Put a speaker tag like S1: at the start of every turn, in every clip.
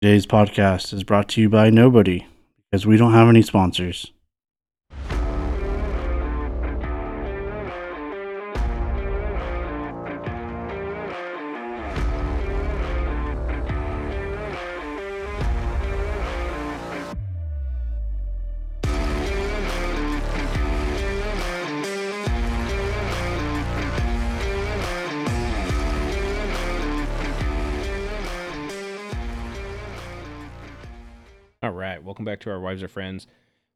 S1: Today's podcast is brought to you by nobody because we don't have any sponsors.
S2: All right, welcome back to our wives or friends.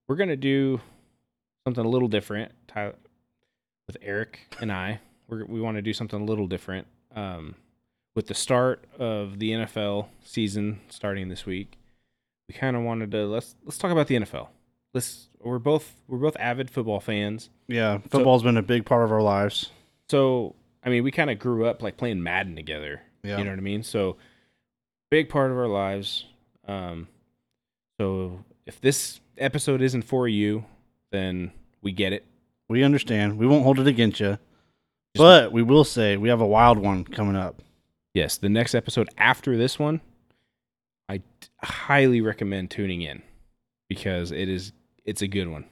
S2: We're gonna do something a little different. Ty with Eric and I, we're, we want to do something a little different. Um, with the start of the NFL season starting this week, we kind of wanted to let's let's talk about the NFL. Let's we're both we're both avid football fans,
S1: Yeah, football's been a big part of our lives.
S2: so I mean we kind of grew up like playing Madden together.
S1: Yeah.
S2: You know what I mean? So big part of our lives. Um, so if this episode isn't for you, then we get it.
S1: We understand. We won't hold it against you. But we will say we have a wild one coming up.
S2: Yes, the next episode after this one, I d- highly recommend tuning in because it is it's a good one.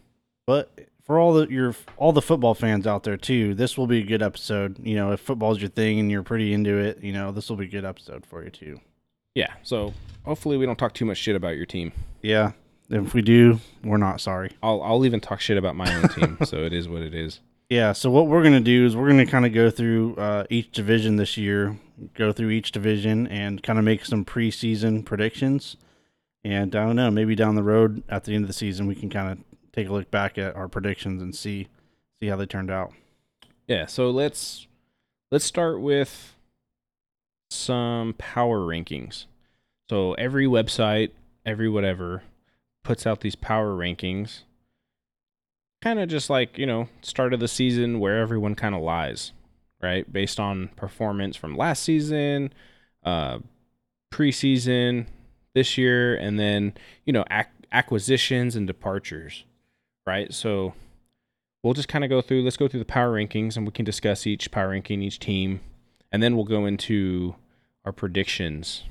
S1: But for all the your all the football fans out there too, this will be a good episode. You know, if football's your thing and you're pretty into it, you know, this will be a good episode for you too.
S2: Yeah. So hopefully we don't talk too much shit about your team.
S1: Yeah. If we do, we're not sorry.
S2: I'll I'll even talk shit about my own team. so it is what it is.
S1: Yeah, so what we're going to do is we're going to kind of go through uh, each division this year, go through each division and kind of make some preseason predictions. And I don't know, maybe down the road at the end of the season we can kind of take a look back at our predictions and see see how they turned out.
S2: Yeah, so let's let's start with some power rankings. So every website, every whatever puts out these power rankings. Kind of just like, you know, start of the season where everyone kind of lies, right? Based on performance from last season, uh preseason, this year and then, you know, ac- acquisitions and departures, right? So we'll just kind of go through let's go through the power rankings and we can discuss each power ranking each team and then we'll go into our predictions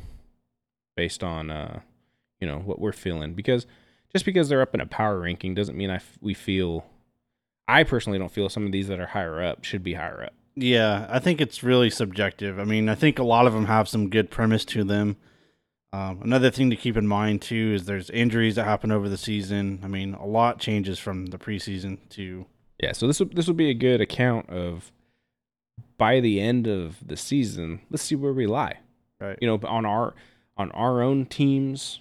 S2: based on uh you know what we're feeling because just because they're up in a power ranking doesn't mean I f- we feel I personally don't feel some of these that are higher up should be higher up.
S1: Yeah, I think it's really subjective. I mean, I think a lot of them have some good premise to them. Um, another thing to keep in mind too is there's injuries that happen over the season. I mean, a lot changes from the preseason to
S2: Yeah, so this would this would be a good account of by the end of the season, let's see where we lie.
S1: right.
S2: you know on our on our own teams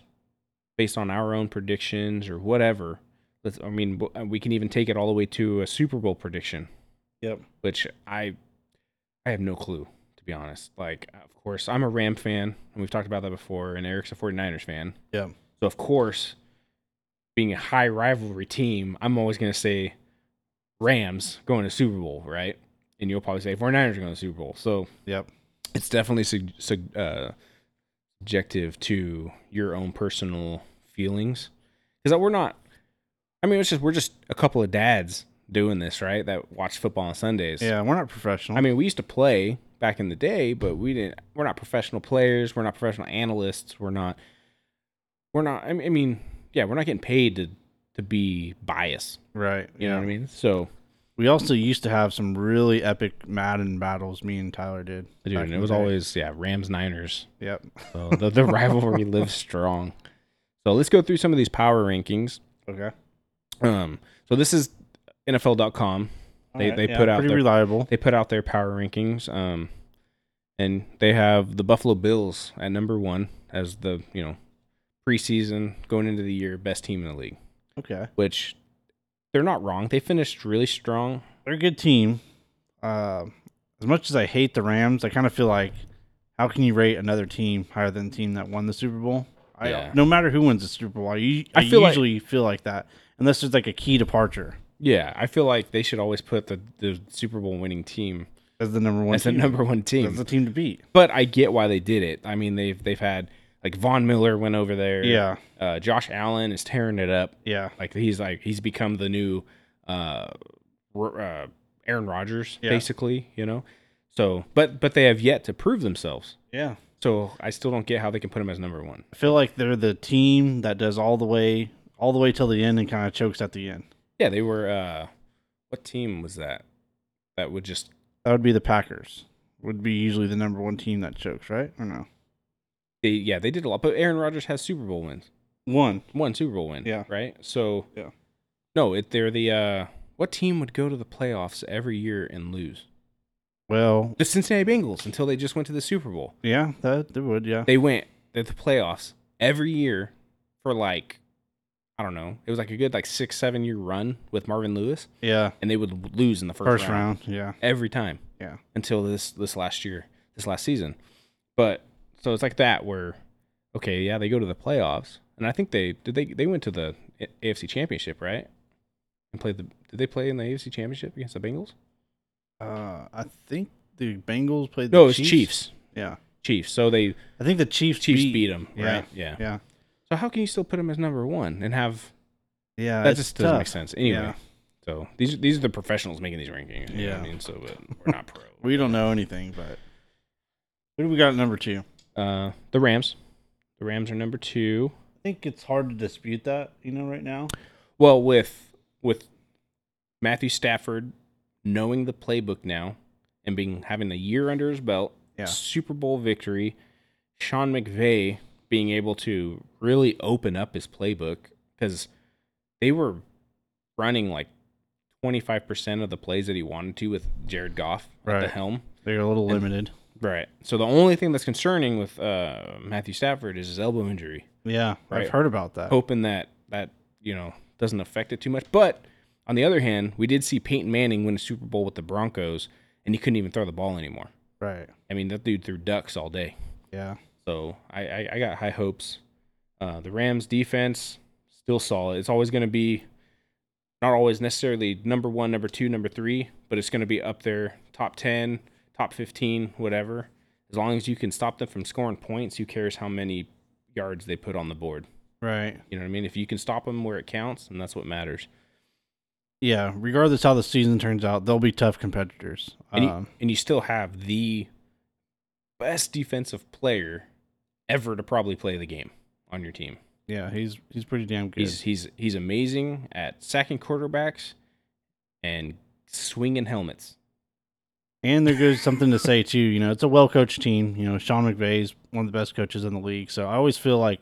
S2: based on our own predictions or whatever let's i mean w- we can even take it all the way to a super bowl prediction
S1: Yep.
S2: which i i have no clue to be honest like of course i'm a ram fan and we've talked about that before and eric's a 49ers fan
S1: Yep.
S2: so of course being a high rivalry team i'm always going to say rams going to super bowl right and you'll probably say 49ers are going to super bowl so
S1: Yep.
S2: it's definitely sug- sug- uh, subjective to your own personal feelings because we're not i mean it's just we're just a couple of dads doing this right that watch football on sundays
S1: Yeah, we're not professional.
S2: i mean we used to play back in the day but we didn't we're not professional players we're not professional analysts we're not we're not i mean, I mean yeah we're not getting paid to to be biased
S1: Right.
S2: you know what i mean so
S1: We also used to have some really epic Madden battles. Me and Tyler did.
S2: dude
S1: back in
S2: and it
S1: the
S2: was
S1: day.
S2: always yeah rams niners
S1: Yep.
S2: So the, the rivalry lives strong. So let's go through some of these power rankings.
S1: Okay.
S2: Um, so this is NFL.com. They-
S1: Alright,
S2: they put out
S1: pretty
S2: their-
S1: reliable.
S2: They put out their power rankings. Um, and they have the Buffalo Bills at number one as the you know preseason going into the year best team in the league.
S1: Okay.
S2: Which they're not wrong. They finished really strong.
S1: They're a good team. Uh, as much as I hate the Rams, I kind of feel like how can you rate another team higher than the team that won the Super Bowl? I,
S2: Yeah.
S1: No matter who wins the Super Bowl, I, u- I
S2: I feel like-
S1: usually feel like that unless there's like a key departure
S2: Yeah, I feel like they should always put the, the Super Bowl winning team
S1: as the number one.
S2: as the
S1: team.
S2: number one team.
S1: That's the team to beat.
S2: but I get why they did it. I mean, they've they've had like Von Miller went over there.
S1: Yeah.
S2: Uh, Josh Allen is tearing it up.
S1: Yeah.
S2: Like he's like he's become the new uh, R- uh Aaron Rodgers
S1: Yeah.
S2: basically, you know. So, but but they have yet to prove themselves.
S1: Yeah.
S2: So I still don't get how they can put him as number one.
S1: I feel like they're the team that does all the way, all the way till the end, and kind of chokes at the end.
S2: Yeah, they were. uh What team was that? That would just
S1: That would be the Packers. Would be usually the number one team that chokes, right? Or no?
S2: they. Yeah, they did a lot. But Aaron Rodgers has Super Bowl wins.
S1: One.
S2: One Super Bowl win.
S1: Yeah.
S2: Right. So.
S1: Yeah.
S2: No, it, they're the. uh What team would go to the playoffs every year and lose?
S1: Well,
S2: The Cincinnati Bengals until they just went to the Super Bowl.
S1: yeah, that they would, yeah.
S2: They went to the playoffs every year for like. I don't know. It was like a good like six, seven year run with Marvin Lewis,
S1: yeah.
S2: and they would lose in the first,
S1: First, round.
S2: round.
S1: yeah.
S2: every time.
S1: Yeah.
S2: Until this this last year, this last season. But so it's like that where okay, yeah, they go to the playoffs. And I think they did they they went to the A- AFC Championship, right? And played the did they play in the AFC Championship against the Bengals?
S1: Uh, I think the Bengals played. The
S2: No, it was Chiefs.
S1: Yeah,
S2: Chiefs. So they
S1: I think the Chiefs.
S2: Chiefs
S1: beat,
S2: beat them,
S1: Yeah.
S2: right? Yeah.
S1: Yeah,
S2: So how can you still put them as number 1 and have
S1: yeah.
S2: that
S1: Uh, it's
S2: just doesn't make
S1: tough.
S2: sense. Anyway.
S1: Yeah.
S2: So these are these are the professionals making these rankings, you know what
S1: Yeah.
S2: I mean, so but we're not pro.
S1: We don't know anything, but who do we got at number two?
S2: Uh the Rams. The Rams are number 2.
S1: I think it's hard to dispute that. You know, right now.
S2: Well, with with Matthew Stafford knowing the playbook now and being having a year under his belt,
S1: Yeah.
S2: Super Bowl victory, Sean McVay being able to really open up his playbook because they were running like twenty five percent of the plays that he wanted to with Jared Goff at the
S1: Right.
S2: helm.
S1: They're a little
S2: And-
S1: limited.
S2: Right. So the only thing that's concerning with uh, Matthew Stafford is his elbow injury
S1: Yeah, I've
S2: Right.
S1: heard about that.
S2: hoping that that you know doesn't affect it too much. But on the other hand, we did see Peyton Manning win a Super Bowl with the Broncos, and he couldn't even throw the ball anymore.
S1: Right.
S2: I mean, that dude threw ducks all day.
S1: Yeah.
S2: So I I, I got high hopes. Uh, the Rams defense still solid. It's always going to be not always necessarily number one, number two, number three, but it's going to be up there, top ten, top fifteen, whatever. As long as you can stop them from scoring points, who cares how many yards they put on the board?
S1: Right.
S2: You know what I mean? If you can stop them where it counts, and that's what matters.
S1: Yeah. Regardless how the season turns out, they'll be tough competitors.
S2: And,
S1: Um,
S2: you, and you still have the best defensive player ever to probably play the game on your team.
S1: yeah, he's he's pretty damn good.
S2: He's he's he's amazing at sacking quarterbacks and swinging helmets.
S1: And there goes something to say too. You know, it's a well-coached team. You know, Sean McVay's one of the best coaches in the league. So I always feel like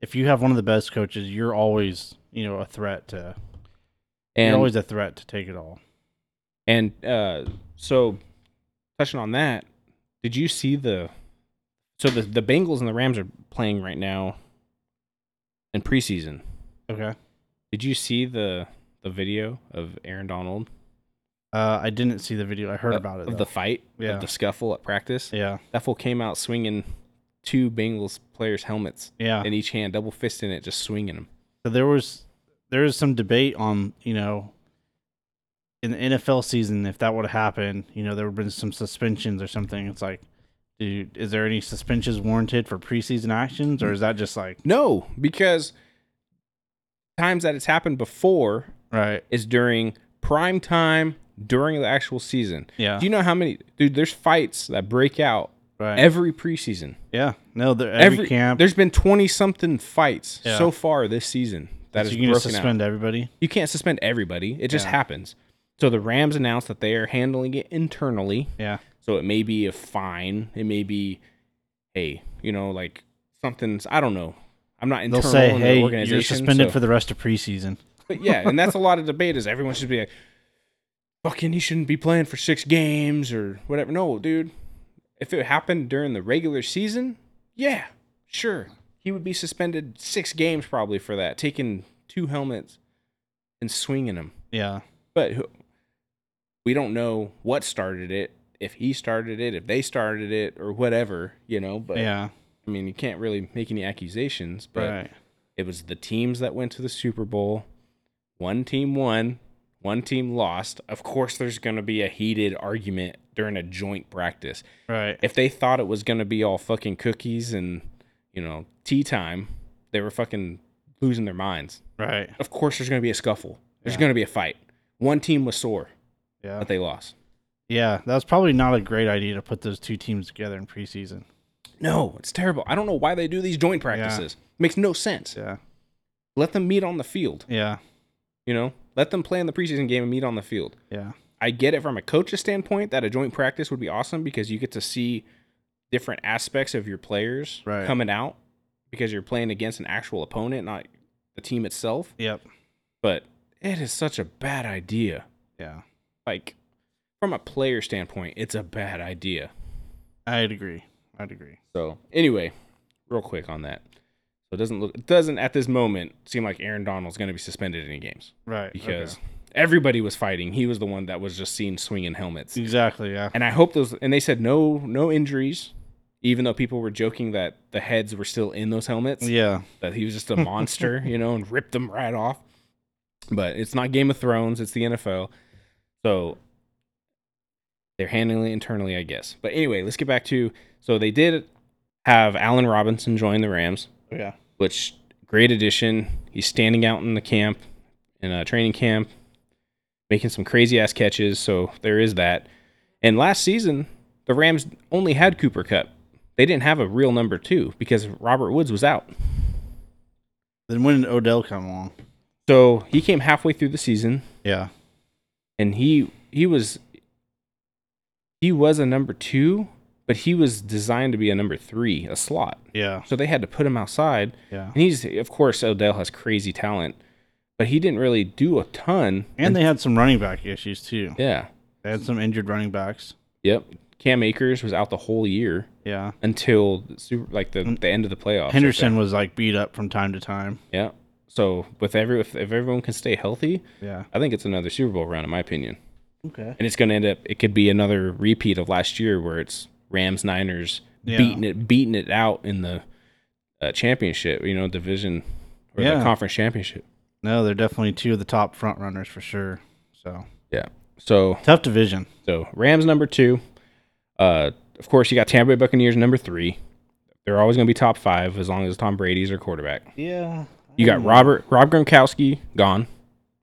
S1: if you have one of the best coaches, you're always you know a threat to.
S2: And
S1: you're always a threat to take it all.
S2: and uh, so touching on that, did you see the so the the Bengals and the Rams are playing right now in preseason?
S1: Okay.
S2: Did you see the the video of Aaron Donald
S1: Uh, I didn't see the video. I heard
S2: Uh,
S1: about it.
S2: of
S1: though.
S2: the fight,
S1: Yeah.
S2: of the scuffle at practice.
S1: yeah.
S2: That fool came out swinging two Bengals players' helmets
S1: Yeah.
S2: in each hand, double fisting it, just swinging them.
S1: So there was there was some debate on you know in the NFL season if that would have happened. You know, there would have been some suspensions or something. It's like, dude, is there any suspensions warranted for preseason actions, or is that just like
S2: No, because times that it's happened before
S1: right?
S2: is during prime time during the actual season.
S1: Yeah.
S2: Do you know how many dude? There's fights that break out
S1: Right.
S2: every preseason.
S1: Yeah. No, the, every, camp.
S2: There's been twenty something fights
S1: Yeah.
S2: so far this season that
S1: so
S2: is
S1: you can just
S2: broken out.
S1: suspend everybody.
S2: you can't suspend everybody. It just
S1: Yeah.
S2: happens. So the Rams announced that they are handling it internally.
S1: Yeah.
S2: So it may be a fine. It may be, hey, you know, like something's I don't know. I'm not
S1: They'll
S2: internal
S1: say,
S2: in
S1: "Hey,
S2: the
S1: you're
S2: organization.
S1: suspended
S2: so-
S1: for the rest of preseason."
S2: but yeah, and that's a lot of debate. Is everyone should be like, fucking, he shouldn't be playing for six games or whatever. No, dude, if it happened during the regular season, yeah, sure, he would be suspended six games probably for that, taking two helmets and swinging them.
S1: Yeah.
S2: But who, we don't know what started it, if he started it, if they started it, or whatever, you know. But
S1: yeah.
S2: I mean, you can't really make any accusations. But
S1: right.
S2: it was the teams that went to the Super Bowl. One team won, one team lost. Of course, there's going to be a heated argument during a joint practice.
S1: Right.
S2: If they thought it was going to be all fucking cookies and, you know, tea time, they were fucking losing their minds.
S1: right.
S2: Of course, there's going to be a scuffle. There's
S1: Yeah.
S2: going to be a fight. One team was sore,
S1: Yeah.
S2: but they lost.
S1: Yeah. That was probably not a great idea to put those two teams together in preseason.
S2: No, it's terrible. I don't know why they do these joint practices. Makes no sense.
S1: Yeah.
S2: Let them meet on the field.
S1: Yeah.
S2: You know, let them play in the preseason game and meet on the field.
S1: Yeah.
S2: I get it from a coach's standpoint that a joint practice would be awesome because you get to see different aspects of your players
S1: Right.
S2: coming out because you're playing against an actual opponent, not the team itself.
S1: Yep.
S2: But it is such a bad idea.
S1: Yeah.
S2: Like, from a player standpoint, it's a bad idea.
S1: I'd agree. I'd agree.
S2: So anyway, real quick on that. So it doesn't look it doesn't at this moment seem like Aaron Donald's going to be suspended any games
S1: Right.
S2: because
S1: okay.
S2: everybody was fighting. He was the one that was just seen swinging helmets.
S1: exactly. Yeah.
S2: And I hope those and they said no no injuries even though people were joking that the heads were still in those helmets
S1: Yeah.
S2: that he was just a monster, you know, and ripped them right off. But it's not Game of Thrones, it's the NFL. So they're handling it internally, I guess. But anyway, let's get back to so they did have Allen Robinson join the Rams,
S1: Yeah.
S2: which great addition. He's standing out in the camp in a training camp, making some crazy ass catches, so there is that. And last season, the Rams only had Cooper Cup. They didn't have a real number two because Robert Woods was out.
S1: Then when did Odell come along?
S2: So he came halfway through the season,
S1: Yeah.
S2: and he he was he was a number two, but he was designed to be a number three, a slot.
S1: Yeah.
S2: So they had to put him outside,
S1: Yeah.
S2: and he's of course Odell has crazy talent, but he didn't really do a ton.
S1: And they had some running back issues too.
S2: yeah,
S1: They had some injured running backs.
S2: yep. Cam Akers was out the whole year
S1: Yeah.
S2: until the super, like the, the end of the playoffs.
S1: Mm. Henderson was like beat up from time to time.
S2: yeah. So with every if, if everyone can stay healthy,
S1: Yeah.
S2: I think it's another Super Bowl round in my opinion.
S1: Okay.
S2: and it's going to end up it could be another repeat of last year where it's Rams Niners
S1: Yeah.
S2: beating it beating it out in the uh, championship, you know, division or the
S1: Yeah.
S2: conference championship.
S1: No, they're definitely two of the top front runners for sure. So
S2: Yeah. So
S1: tough division.
S2: so Rams number 2. Uh of course you got Tampa Bay Buccaneers number 3. They're always going to be top 5 as long as Tom Brady's their quarterback.
S1: Yeah.
S2: You
S1: Hmm.
S2: got Robert Rob Gronkowski gone,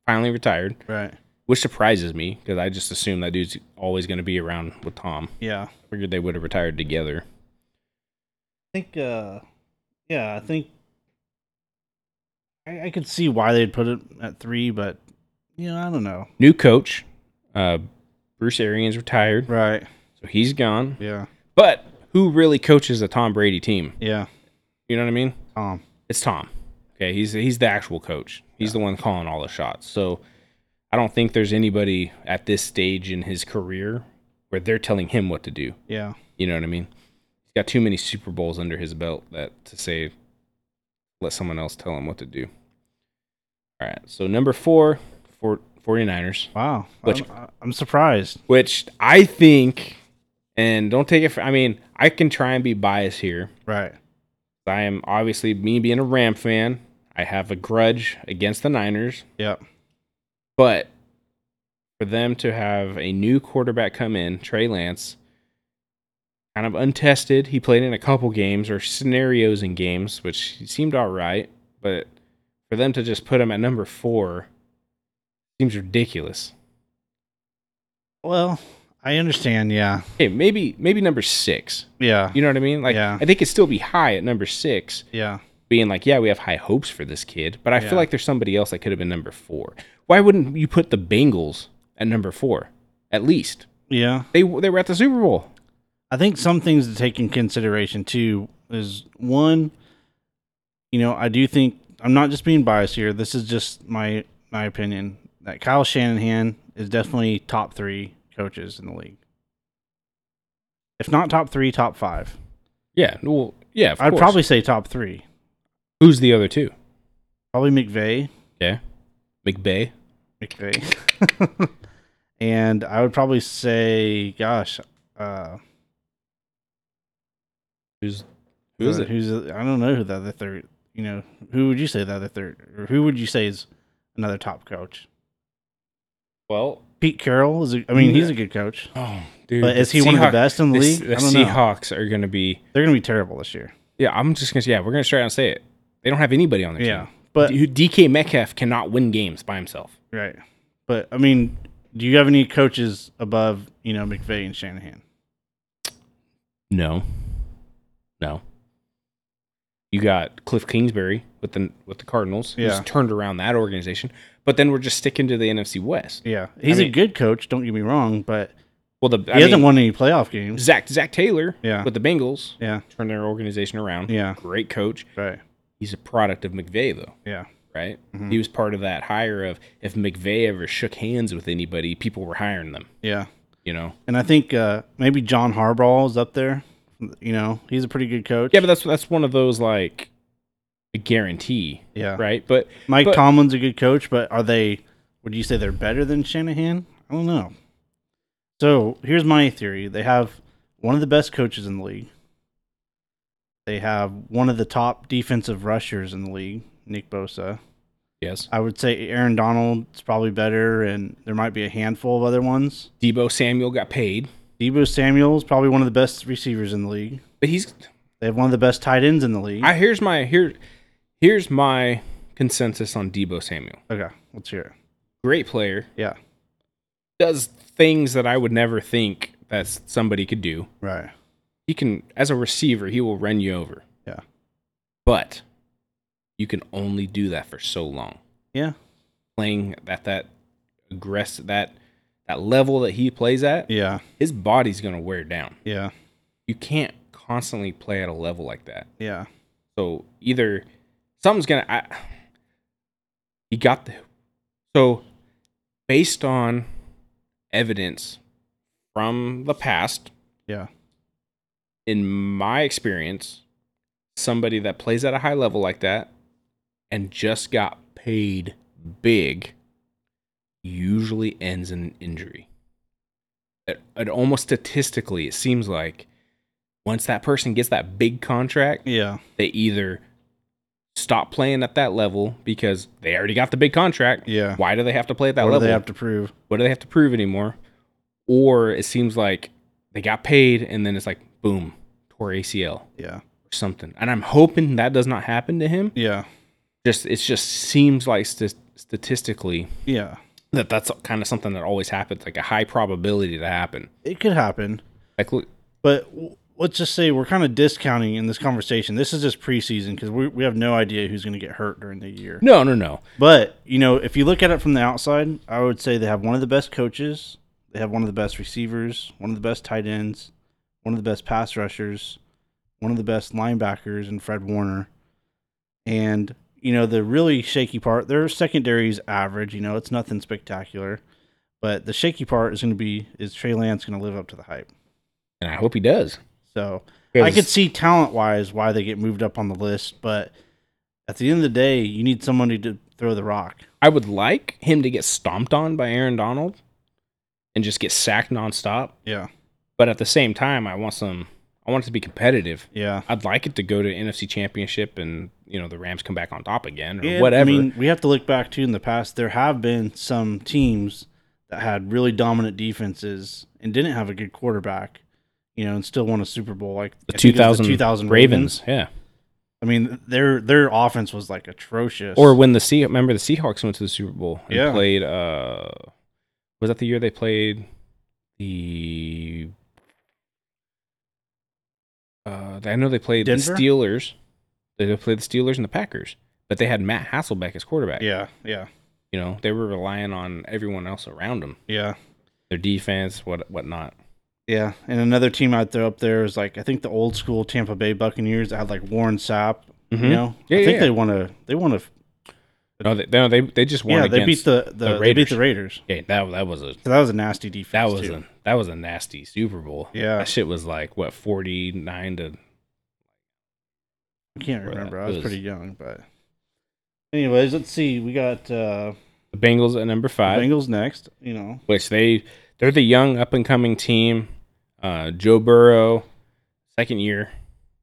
S2: finally retired,
S1: Right.
S2: which surprises me because I just assume that dude's always going to be around with Tom.
S1: Yeah.
S2: Figured they would have retired together.
S1: I think. uh Yeah, I think. I, I could see why they'd put it at three, but you know, I don't know.
S2: new coach. Uh, Bruce Arians retired,
S1: Right.
S2: so he's gone.
S1: Yeah.
S2: But who really coaches a Tom Brady team?
S1: Yeah. Um,
S2: You know what I mean?
S1: Tom.
S2: It's Tom. Okay, he's he's the actual coach. He's the one calling all the shots. So I don't think there's anybody at this stage in his career where they're telling him what to do.
S1: Yeah.
S2: You know what I mean? He's got too many Super Bowls under his belt that to say let someone else tell him what to do. All right. So number 4 for 49ers.
S1: Wow.
S2: Which-
S1: I'm, I'm surprised.
S2: which I think, and don't take it for, I mean, I can try and be biased here.
S1: Right.
S2: I am obviously, me being a Ram fan, I have a grudge against the Niners,
S1: Yep.
S2: but for them to have a new quarterback come in, Trey Lance, kind of untested, he played in a couple games or scenarios in games, which he seemed all right, but for them to just put him at number four seems ridiculous.
S1: Well, I understand. Yeah.
S2: Hey, maybe maybe number six.
S1: Yeah.
S2: You know what I mean? Like,
S1: Yeah.
S2: I think it'd still be high at number six,
S1: Yeah.
S2: being like, yeah, we have high hopes for this kid, but I
S1: Yeah.
S2: feel like there's somebody else that could have been number four. Why wouldn't you put the Bengals at number four? At least
S1: Yeah.
S2: they w- they were at the Super Bowl.
S1: I think some things to take in consideration too is one, you know, I do think I'm not just being biased here. This is just my my opinion that Kyle Shanahan is definitely top three coaches in the league. If not top three, top five.
S2: Yeah, well, yeah, of
S1: I'd
S2: course.
S1: probably say top three.
S2: who's the other two?
S1: Probably McVay.
S2: Yeah, McBay.
S1: McVay. and I would probably say, gosh, uh,
S2: Who's who is
S1: uh,
S2: it?
S1: Who's I don't know who the other third. You know, who would you say the other third? Or who would you say is another top coach?
S2: Well,
S1: Pete Carroll is. A, I mean, he's a good coach,
S2: oh, dude,
S1: but is
S2: the
S1: he one of the
S2: Seahawks-
S1: best in the
S2: s-
S1: league? I don't know.
S2: Seahawks are going to be.
S1: They're going to be terrible this year.
S2: Yeah, I'm just going to. Yeah, we're going to straight out and say it. They don't have anybody on their
S1: Yeah,
S2: team.
S1: but
S2: D- DK Metcalf cannot win games by himself.
S1: right. But I mean, do you have any coaches above you know McVay and Shanahan?
S2: No. No. You got Cliff Kingsbury with the with the Cardinals.
S1: Yeah.
S2: He's turned around that organization. But then we're just sticking to the NFC West.
S1: Yeah, he's a
S2: mean-
S1: good coach. Don't get me wrong, but
S2: Well, the
S1: he
S2: I
S1: hasn't
S2: mean,
S1: won any playoff games.
S2: Zach Zach Taylor
S1: Yeah.
S2: with the Bengals
S1: Yeah,
S2: turned their organization around.
S1: yeah,
S2: Great coach.
S1: right.
S2: He's a product of McVay though,
S1: Yeah,
S2: right?
S1: Mhm.
S2: He was part of that hire of if McVay ever shook hands with anybody, people were hiring them.
S1: yeah.
S2: You know.
S1: And I think uh, maybe John Harbaugh is up there. You know, he's a pretty good coach.
S2: Yeah, but that's that's one of those like a guarantee,
S1: yeah.
S2: right? But
S1: Mike
S2: but-
S1: Tomlin's a good coach, but are they? Would you say they're better than Shanahan? I don't know. So here's my theory: they have one of the best coaches in the league. They have one of the top defensive rushers in the league, Nick Bosa.
S2: yes,
S1: I would say Aaron Donald's probably better, and there might be a handful of other ones.
S2: Debo Samuel got paid,
S1: Debo Samuel's probably one of the best receivers in the league.
S2: but he's
S1: They have one of the best tight ends in the league.
S2: I here's my here here's my consensus on Debo Samuel.
S1: okay, let's hear it.
S2: Great player,
S1: Yeah,
S2: does things that I would never think that somebody could do.
S1: right.
S2: He can as a receiver, he will run you over.
S1: Yeah.
S2: But you can only do that for so long.
S1: Yeah,
S2: Playing at that aggressive that that level that he plays at,
S1: yeah,
S2: his body's gonna wear down.
S1: yeah,
S2: you can't constantly play at a level like that.
S1: yeah,
S2: So either something's gonna. I, he got the. So based on evidence from the past,
S1: yeah,
S2: in my experience, somebody that plays at a high level like that and just got paid big usually ends in injury. It, it almost statistically, it seems like once that person gets that big contract,
S1: yeah,
S2: they either stop playing at that level because they already got the big contract.
S1: yeah.
S2: Why do they have to play at that
S1: what
S2: level?
S1: do they have to prove?
S2: what do they have to prove anymore? Or it seems like they got paid and then it's like boom, tore ACL or
S1: Yeah,
S2: something. And I'm hoping that does not happen to him.
S1: yeah,
S2: Just it just seems like st- statistically
S1: yeah.
S2: that that's kind of something that always happens, like a high probability to happen.
S1: It could happen,
S2: Like look,
S1: but w- let's just say we're kind of discounting in this conversation. This is just preseason because we we have no idea who's going to get hurt during the year.
S2: no, no, no.
S1: But you know, if you look at it from the outside, I would say they have one of the best coaches. They have one of the best receivers, one of the best tight ends, one of the best pass rushers, one of the best linebackers in Fred Warner. And you know, the really shaky part, their secondary is average. You know, it's nothing spectacular, but the shaky part is going to be is Trey Lance going to live up to the hype?
S2: And I hope he does.
S1: So I could see talent wise why they get moved up on the list, but at the end of the day, you need somebody to throw the rock.
S2: I would like him to get stomped on by Aaron Donald and just get sacked nonstop.
S1: Yeah.
S2: But at the same time, I want some. I want it to be competitive.
S1: Yeah.
S2: I'd like it to go to NFC Championship and you know the Rams come back on top again or
S1: And,
S2: whatever.
S1: I mean, we have to look back too in the past. There have been some teams that had really dominant defenses and didn't have a good quarterback, you know, and still won a Super Bowl like
S2: the
S1: I think it was
S2: 2000,
S1: the 2000
S2: Ravens, yeah.
S1: I mean, their their offense was like atrocious.
S2: Or when the Sea, remember the Seahawks went to the Super Bowl and
S1: Yeah.
S2: played. uh Was that the year they played the? Uh, I know they played
S1: Denver?
S2: the Steelers. They played the Steelers and the Packers, but they had Matt Hasselbeck as quarterback.
S1: yeah, yeah,
S2: You know they were relying on everyone else around them,
S1: yeah,
S2: their defense, what whatnot.
S1: yeah. And another team I'd throw up there is like I think the old school Tampa Bay Buccaneers that had like Warren Sapp.
S2: Mhm.
S1: You know,
S2: Yeah,
S1: I
S2: yeah,
S1: think
S2: yeah.
S1: they want to. They want to.
S2: No, they, no, they they just won
S1: Yeah,
S2: against.
S1: they beat the, the, they
S2: the
S1: beat
S2: Raiders.
S1: the Raiders.
S2: yeah, that that was a
S1: So that was a nasty defense.
S2: that was
S1: too.
S2: a that was a nasty Super Bowl.
S1: Yeah.
S2: that shit was like what forty nine to.
S1: I can't
S2: Or that
S1: remember. I was,
S2: was-
S1: pretty young, but anyways, let's see. We got uh
S2: The Bengals at number five,
S1: Bengals next, you know.
S2: which they they're the young up and coming team. Uh, Joe Burrow, second year.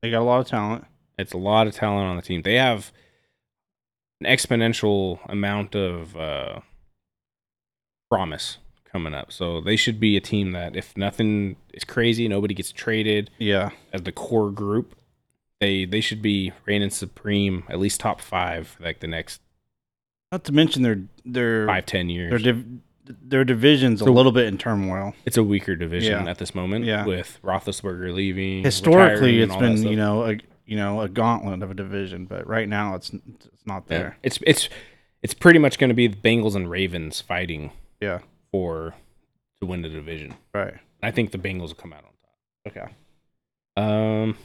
S1: They got a lot of talent.
S2: It's a lot of talent on the team. They have an exponential amount of uh, promise coming up, so they should be a team that if nothing is crazy, nobody gets traded.
S1: Yeah.
S2: as the core group, they they should be reigning supreme, at least top five, for like the next
S1: Not to mention their their
S2: five ten years.
S1: their div- their division's a
S2: So-
S1: little bit in turmoil.
S2: It's a weaker division
S1: Yeah.
S2: at this moment
S1: Yeah.
S2: with Roethlisberger leaving.
S1: Historically,
S2: retiring,
S1: it's
S2: all that
S1: been
S2: stuff.
S1: you know a you know a gauntlet of a division, but right now it's it's not
S2: Yeah.
S1: there.
S2: It's it's it's pretty much going to be the Bengals and Ravens fighting
S1: Yeah.
S2: for to win the division.
S1: Right.
S2: I think the Bengals will come out on top.
S1: Okay.
S2: Um,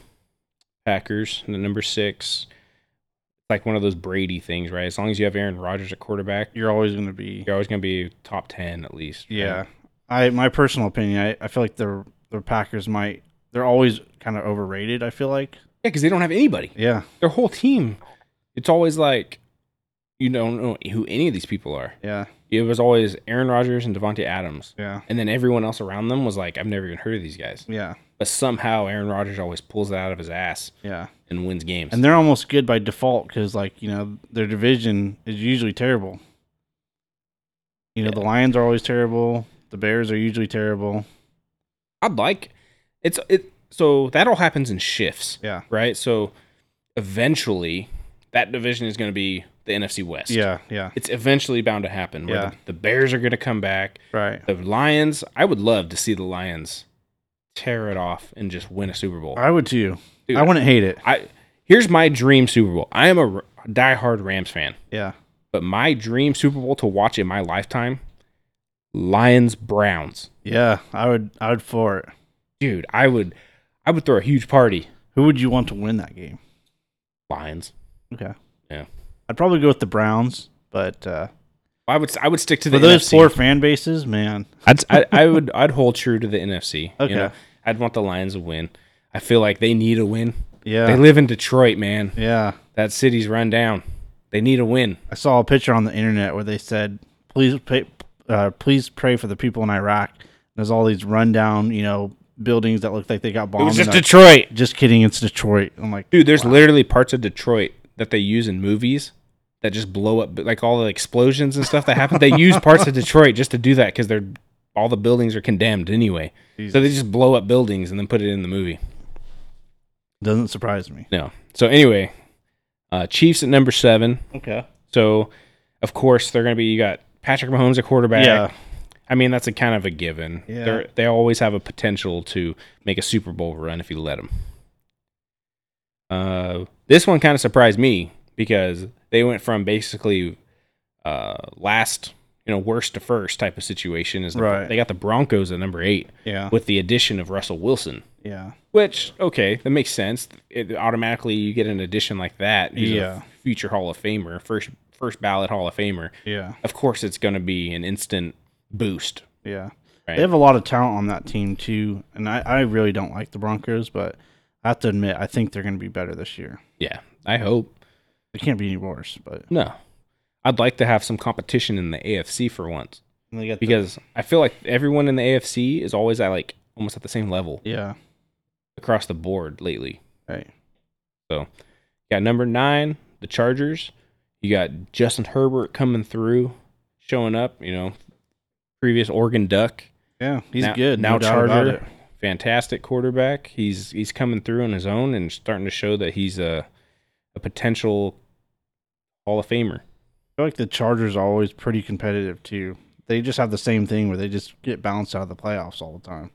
S2: Packers, the number six. It's like one of those Brady things, right? As long as you have Aaron Rodgers at quarterback,
S1: You're always going to be.
S2: you're always going to be top ten at least. right?
S1: Yeah. I my personal opinion, I, I feel like the the Packers might they're always kind of overrated. I feel like.
S2: yeah, because they don't have anybody.
S1: Yeah.
S2: Their whole team. It's always like you don't know who any of these people are.
S1: Yeah.
S2: It was always Aaron Rodgers and Devontae Adams,
S1: Yeah.
S2: and then everyone else around them was like, I've never even heard of these guys.
S1: Yeah.
S2: But somehow Aaron Rodgers always pulls it out of his ass
S1: Yeah.
S2: and wins games.
S1: And they're almost good by default because, like, you know, their division is usually terrible. You know, the Lions are always terrible. The Bears are usually terrible.
S2: I'd like it's it so that all happens in shifts.
S1: Yeah.
S2: Right? So eventually that division is gonna be the NFC West.
S1: Yeah, yeah,
S2: It's eventually bound to happen. Where
S1: Yeah.
S2: the, the Bears are gonna come back.
S1: right.
S2: The Lions, I would love to see the Lions tear it off and just win a Super Bowl.
S1: I would too.
S2: Dude.
S1: I wouldn't hate it.
S2: I here's my dream Super Bowl. I am a r- diehard Rams fan,
S1: Yeah,
S2: but my dream Super Bowl to watch in my lifetime, Lions Browns.
S1: yeah. I would. I would for it.
S2: Dude, I would I would throw a huge party.
S1: Who would you want to win that game?
S2: Lions.
S1: Okay.
S2: Yeah.
S1: I'd probably go with the Browns, but uh,
S2: I would I would stick to the
S1: for those
S2: NFC.
S1: four fan bases, man.
S2: I'd, I, I would I'd hold true to the NFC.
S1: Okay.
S2: I'd want the Lions to win. I feel like they need a win. They
S1: Yeah,
S2: live in Detroit, man.
S1: yeah.
S2: That city's run down. They need a win.
S1: I saw a picture on the internet where they said, "Please, pay, uh, please pray for the people in Iraq." There's all these rundown, you know, buildings that look like they got bombed.
S2: It was just
S1: They're like,
S2: Detroit.
S1: just kidding, it's Detroit. I'm like,
S2: Dude, there's literally parts of Detroit that they use in movies that just blow up like all the explosions and stuff that happen. they use parts of Detroit just to do that cuz they're all the buildings are condemned anyway. So they just blow up buildings and then put it in the movie.
S1: doesn't surprise me.
S2: No. So anyway, uh Chiefs at number 7.
S1: Okay.
S2: So, of course, they're going to be. You got Patrick Mahomes at quarterback.
S1: Yeah.
S2: I mean, that's a kind of a given.
S1: Yeah.
S2: They're, they always have a potential to make a Super Bowl run if you let them. Uh, this one kind of surprised me because they went from basically uh, last, you know, worst to first type of situation. Is the-
S1: Right.
S2: They got the Broncos at number eight
S1: Yeah.
S2: with the addition of Russell Wilson.
S1: yeah.
S2: Which okay, that makes sense. It automatically you get an addition like that. He's
S1: Yeah.
S2: a future Hall of Famer, first first ballot Hall of Famer.
S1: Yeah.
S2: Of course, it's going to be an instant boost.
S1: Yeah.
S2: Right.
S1: They have a lot of talent on that team too, and I, I really don't like the Broncos, but I have to admit I think they're going to be better this year.
S2: Yeah, I hope.
S1: They can't be any worse, but
S2: No, I'd like to have some competition in the AFC for once
S1: and they got the-
S2: because I feel like everyone in the AFC is always at like almost at the same level
S1: yeah,
S2: across the board lately.
S1: right,
S2: You got number nine, the Chargers. You got Justin Herbert coming through, showing up. You know, previous Oregon Duck.
S1: yeah, he's
S2: now,
S1: good.
S2: Now
S1: no doubt about
S2: Charger,
S1: it.
S2: fantastic quarterback. He's he's coming through on his own and starting to show that he's a a potential Hall of Famer.
S1: I feel like the Chargers are always pretty competitive too. They just have the same thing where they just get bounced out of the playoffs all the time.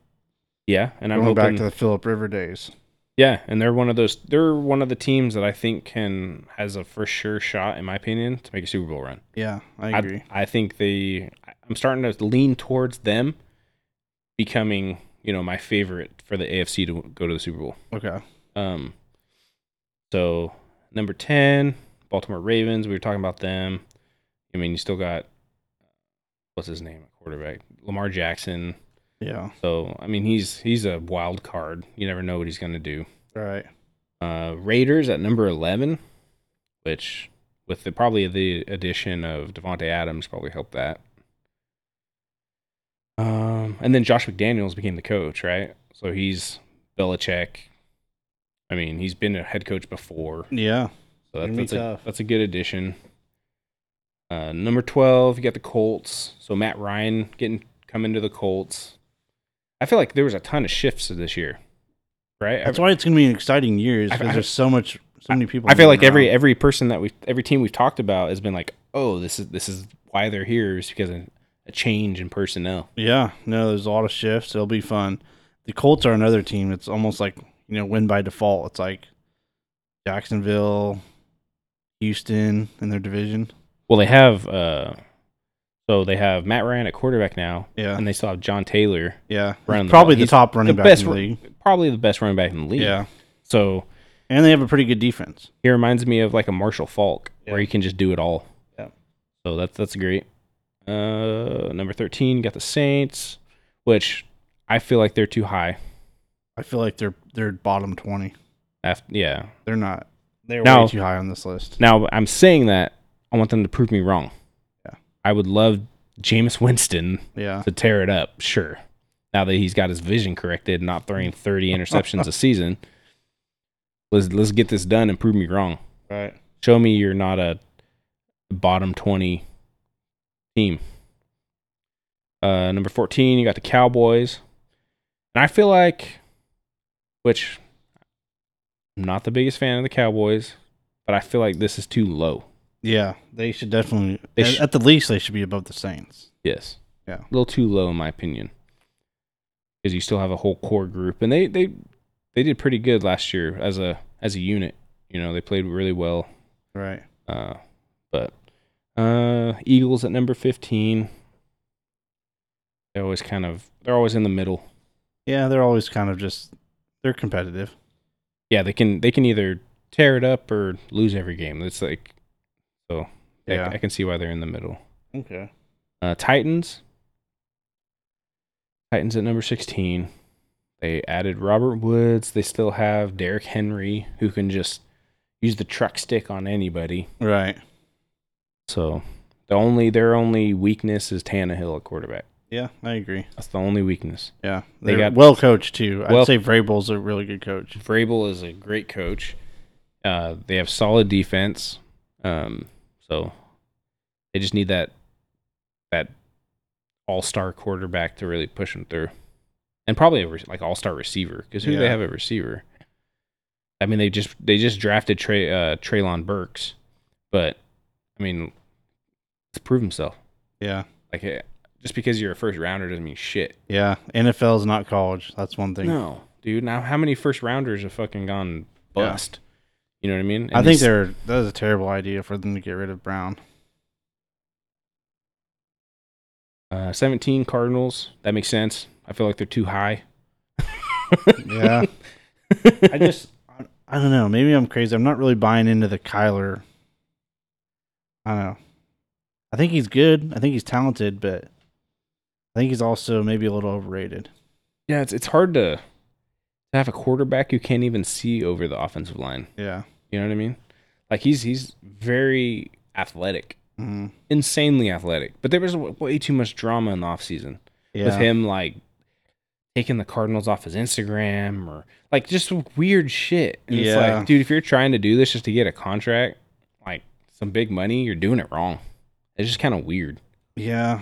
S2: Yeah, and I'm
S1: Going
S2: hoping,
S1: back to the Philip River days.
S2: yeah, and they're one of those. They're one of the teams that I think can has a for sure shot, in my opinion, to make a Super Bowl run.
S1: Yeah, I agree.
S2: I, think they. I'm starting to lean towards them becoming, you know, my favorite for the AFC to go to the Super Bowl.
S1: okay,
S2: Um, so number ten, Baltimore Ravens. We were talking about them. I mean, you still got what's his name, at quarterback Lamar Jackson.
S1: yeah,
S2: So I mean, he's he's a wild card. You never know what he's gonna do.
S1: right,
S2: Uh, Raiders at number eleven, which with the probably the addition of Devonte Adams probably helped that. Um, and then Josh McDaniels became the coach, right? So he's Belichick. I mean, he's been a head coach before,
S1: yeah,
S2: so
S1: Gonna
S2: that,
S1: be
S2: that's a,
S1: tough.
S2: that's a good addition. Uh, number twelve, you got the Colts. So Matt Ryan getting coming to the Colts. I feel like there was a ton of shifts this year, right?
S1: that's why it's going to be an exciting year
S2: I- I-
S1: because there's so much, so many people.
S2: I feel like
S1: moving
S2: every
S1: around.
S2: every person that we every team we've talked about has been like, oh, this is this is why they're here is because of a change in personnel.
S1: Yeah, no, there's a lot of shifts. It'll be fun. The Colts are another team. It's almost like you know win by default. It's like Jacksonville, Houston in their division.
S2: Well, they have uh, so they have Matt Ryan at quarterback now,
S1: Yeah,
S2: and they still have John Taylor,
S1: yeah.
S2: Running the
S1: Probably
S2: ball.
S1: the,
S2: He's
S1: top running
S2: the
S1: back
S2: best
S1: in the
S2: run-
S1: league.
S2: probably the best running back in the league.
S1: Yeah,
S2: So
S1: and they have a pretty good defense.
S2: he reminds me of like a Marshall Falk, where
S1: Yeah.
S2: he can just do it all.
S1: Yeah.
S2: So that's that's great. Uh, number thirteen got the Saints, which I feel like they're too high.
S1: I feel like they're they're bottom twenty.
S2: After yeah.
S1: They're not. They're
S2: Now-
S1: way too high on this list.
S2: Now I'm saying that I want them to prove me wrong.
S1: Yeah.
S2: I would love Jameis Winston
S1: Yeah,
S2: to tear it up, sure. Now that he's got his vision corrected, not throwing 30 interceptions a season, let's let's get this done and prove me wrong.
S1: right.
S2: Show me you're not a bottom 20 team. Uh, number 14, you got the Cowboys. And I feel like, which I'm not the biggest fan of the Cowboys, but I feel like this is too low.
S1: Yeah, they should definitely.
S2: They
S1: at-
S2: sh-
S1: at the least, they should be above the Saints.
S2: Yes.
S1: Yeah.
S2: A little too low in my opinion. Because you still have a whole core group, and they they they did pretty good last year as a as a unit. You know, they played really well.
S1: Right.
S2: Uh, but uh, Eagles at number fifteen. They always kind of they're always in the middle.
S1: Yeah, they're always kind of just they're competitive.
S2: Yeah, they can they can either tear it up or lose every game. It's like so. I-
S1: Yeah.
S2: I can see why they're in the middle.
S1: Okay.
S2: Uh, Titans. Titans at number 16. They added Robert Woods. They still have Derrick Henry, who can just use the truck stick on anybody.
S1: Right.
S2: So the only their only weakness is Tannehill at quarterback.
S1: Yeah, I agree.
S2: That's the only weakness.
S1: Yeah,
S2: They
S1: they're
S2: got-
S1: well coached too.
S2: Well-
S1: I'd say Vrabel's a really good coach.
S2: Vrabel is a great coach. Uh, they have solid defense. Um, so they just need that that all star quarterback to really push them through, and probably a re- like all star receiver because who do they
S1: Yeah.
S2: have at receiver? I mean, they just they just drafted Trey uh, Traylon Burks, but I mean, let's prove himself.
S1: Yeah,
S2: Like eh, just because you're a first rounder doesn't mean shit.
S1: yeah. NFL's not college. That's one thing.
S2: No, dude. Now, how many first rounders have fucking gone
S1: Yeah.
S2: bust? You know what I mean?
S1: I think
S2: And these-
S1: they're that is a terrible idea for them to get rid of Brown.
S2: uh, 17 Cardinals. That makes sense. I feel like they're too high.
S1: Yeah, I just I- I don't know. Maybe I'm crazy. I'm not really buying into the Kyler. I don't know. I think he's good. I think he's talented, but I think he's also maybe a little overrated.
S2: yeah, it's it's hard to to have a quarterback you can't even see over the offensive line.
S1: Yeah.
S2: You know what I mean? Like he's he's very athletic,
S1: Mhm.
S2: insanely athletic. But there was w- way too much drama in the offseason
S1: Yeah.
S2: with him like taking the Cardinals off his Instagram or like just weird shit. And it's
S1: Yeah.
S2: like, dude, if you're trying to do this just to get a contract, like some big money, you're doing it wrong. It's just kind of weird.
S1: Yeah.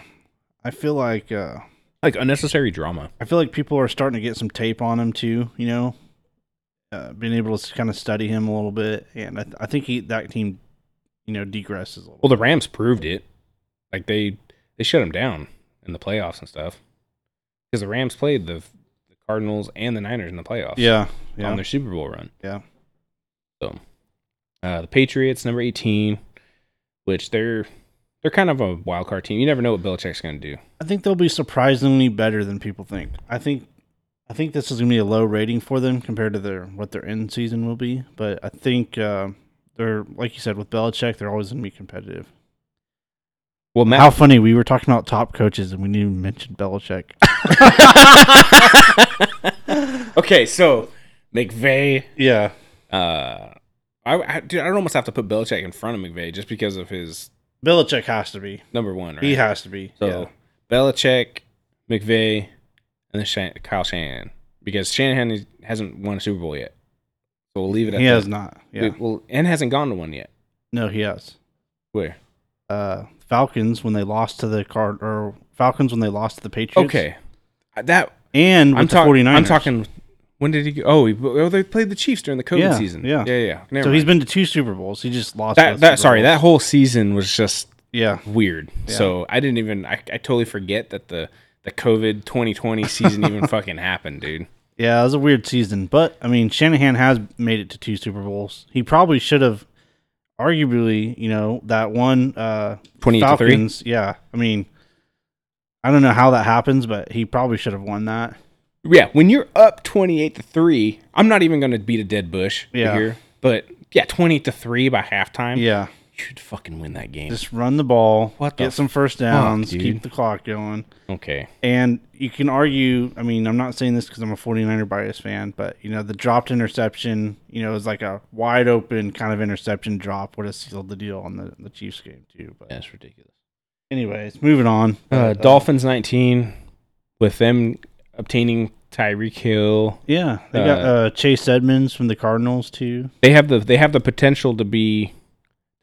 S1: I feel like uh
S2: Like unnecessary drama.
S1: I feel like people are starting to get some tape on him too, you know. Uh, being able to kind of study him a little bit and I, th- I think he that team you know degresses a little.
S2: Well, the Rams proved it. Like they they shut him down in the playoffs and stuff. Because the Rams played the, the Cardinals and the Niners in the playoffs.
S1: yeah. Yeah.
S2: on their Super Bowl run.
S1: Yeah.
S2: So, uh, the Patriots, number eighteen, which they're they're kind of a wild card team. You never know what Belichick's going to do.
S1: I think they'll be surprisingly better than people think. I think I think this is gonna be a low rating for them compared to their what their end season will be. But I think uh, they're like you said with Belichick, they're always gonna be competitive.
S2: Well,
S1: How
S2: Matt,
S1: funny we were talking about top coaches and we didn't even mention Belichick.
S2: okay, so McVay,
S1: yeah,
S2: uh, I, I dude, I'd almost have to put Belichick in front of McVay just because of his
S1: Belichick has to be.
S2: number one. Right?
S1: He has to be.
S2: so
S1: yeah.
S2: Belichick, McVay, and then Shan- Kyle Shanahan because Shanahan is- hasn't won a Super Bowl yet. So we'll leave it at
S1: he
S2: that.
S1: has not. Yeah,
S2: Wait, well, and hasn't gone to one yet.
S1: no, he has.
S2: Where?
S1: Uh, Falcons when they lost to the card or Falcons when they lost to the Patriots.
S2: Okay. That
S1: and with
S2: I'm
S1: the 49ers.
S2: talking. I'm talking. When did he? Go? Oh, he, oh, they played the Chiefs during the COVID
S1: Yeah,
S2: season.
S1: yeah.
S2: yeah, yeah. Never
S1: So he's
S2: mind.
S1: been to two Super Bowls. He just lost.
S2: that.
S1: both
S2: That
S1: Super
S2: sorry.
S1: Bowls.
S2: That whole season was just
S1: Yeah.
S2: weird.
S1: Yeah.
S2: So I didn't even I, I totally forget that the the COVID 2020 season even fucking happened, dude.
S1: Yeah, it was a weird season, but I mean, Shanahan has made it to two Super Bowls. He probably should have, arguably, you know, that one uh,
S2: 28 to three?
S1: Falcons. Yeah, I mean, I don't know how that happens, but he probably should have won that.
S2: Yeah, when you're up 28 to 3, I'm not even going to beat a dead bush
S1: Yeah.
S2: here. But yeah, 28 to 3 by halftime.
S1: Yeah,
S2: You should fucking win that game.
S1: just run the ball,
S2: What the
S1: get some first downs,
S2: dude?
S1: keep the clock going.
S2: okay.
S1: And you can argue, I mean, I'm not saying this because I'm a 49er bias fan, but, you know, the dropped interception, you know, is like a wide open kind of interception drop would have sealed the deal on the, the Chiefs game, too. But
S2: That's ridiculous.
S1: Anyways, moving on.
S2: Uh, Dolphins 19 with them obtaining Tyreek Hill.
S1: Yeah, they got
S2: uh,
S1: uh, Chase Edmonds from the Cardinals too.
S2: They have the they have the potential to be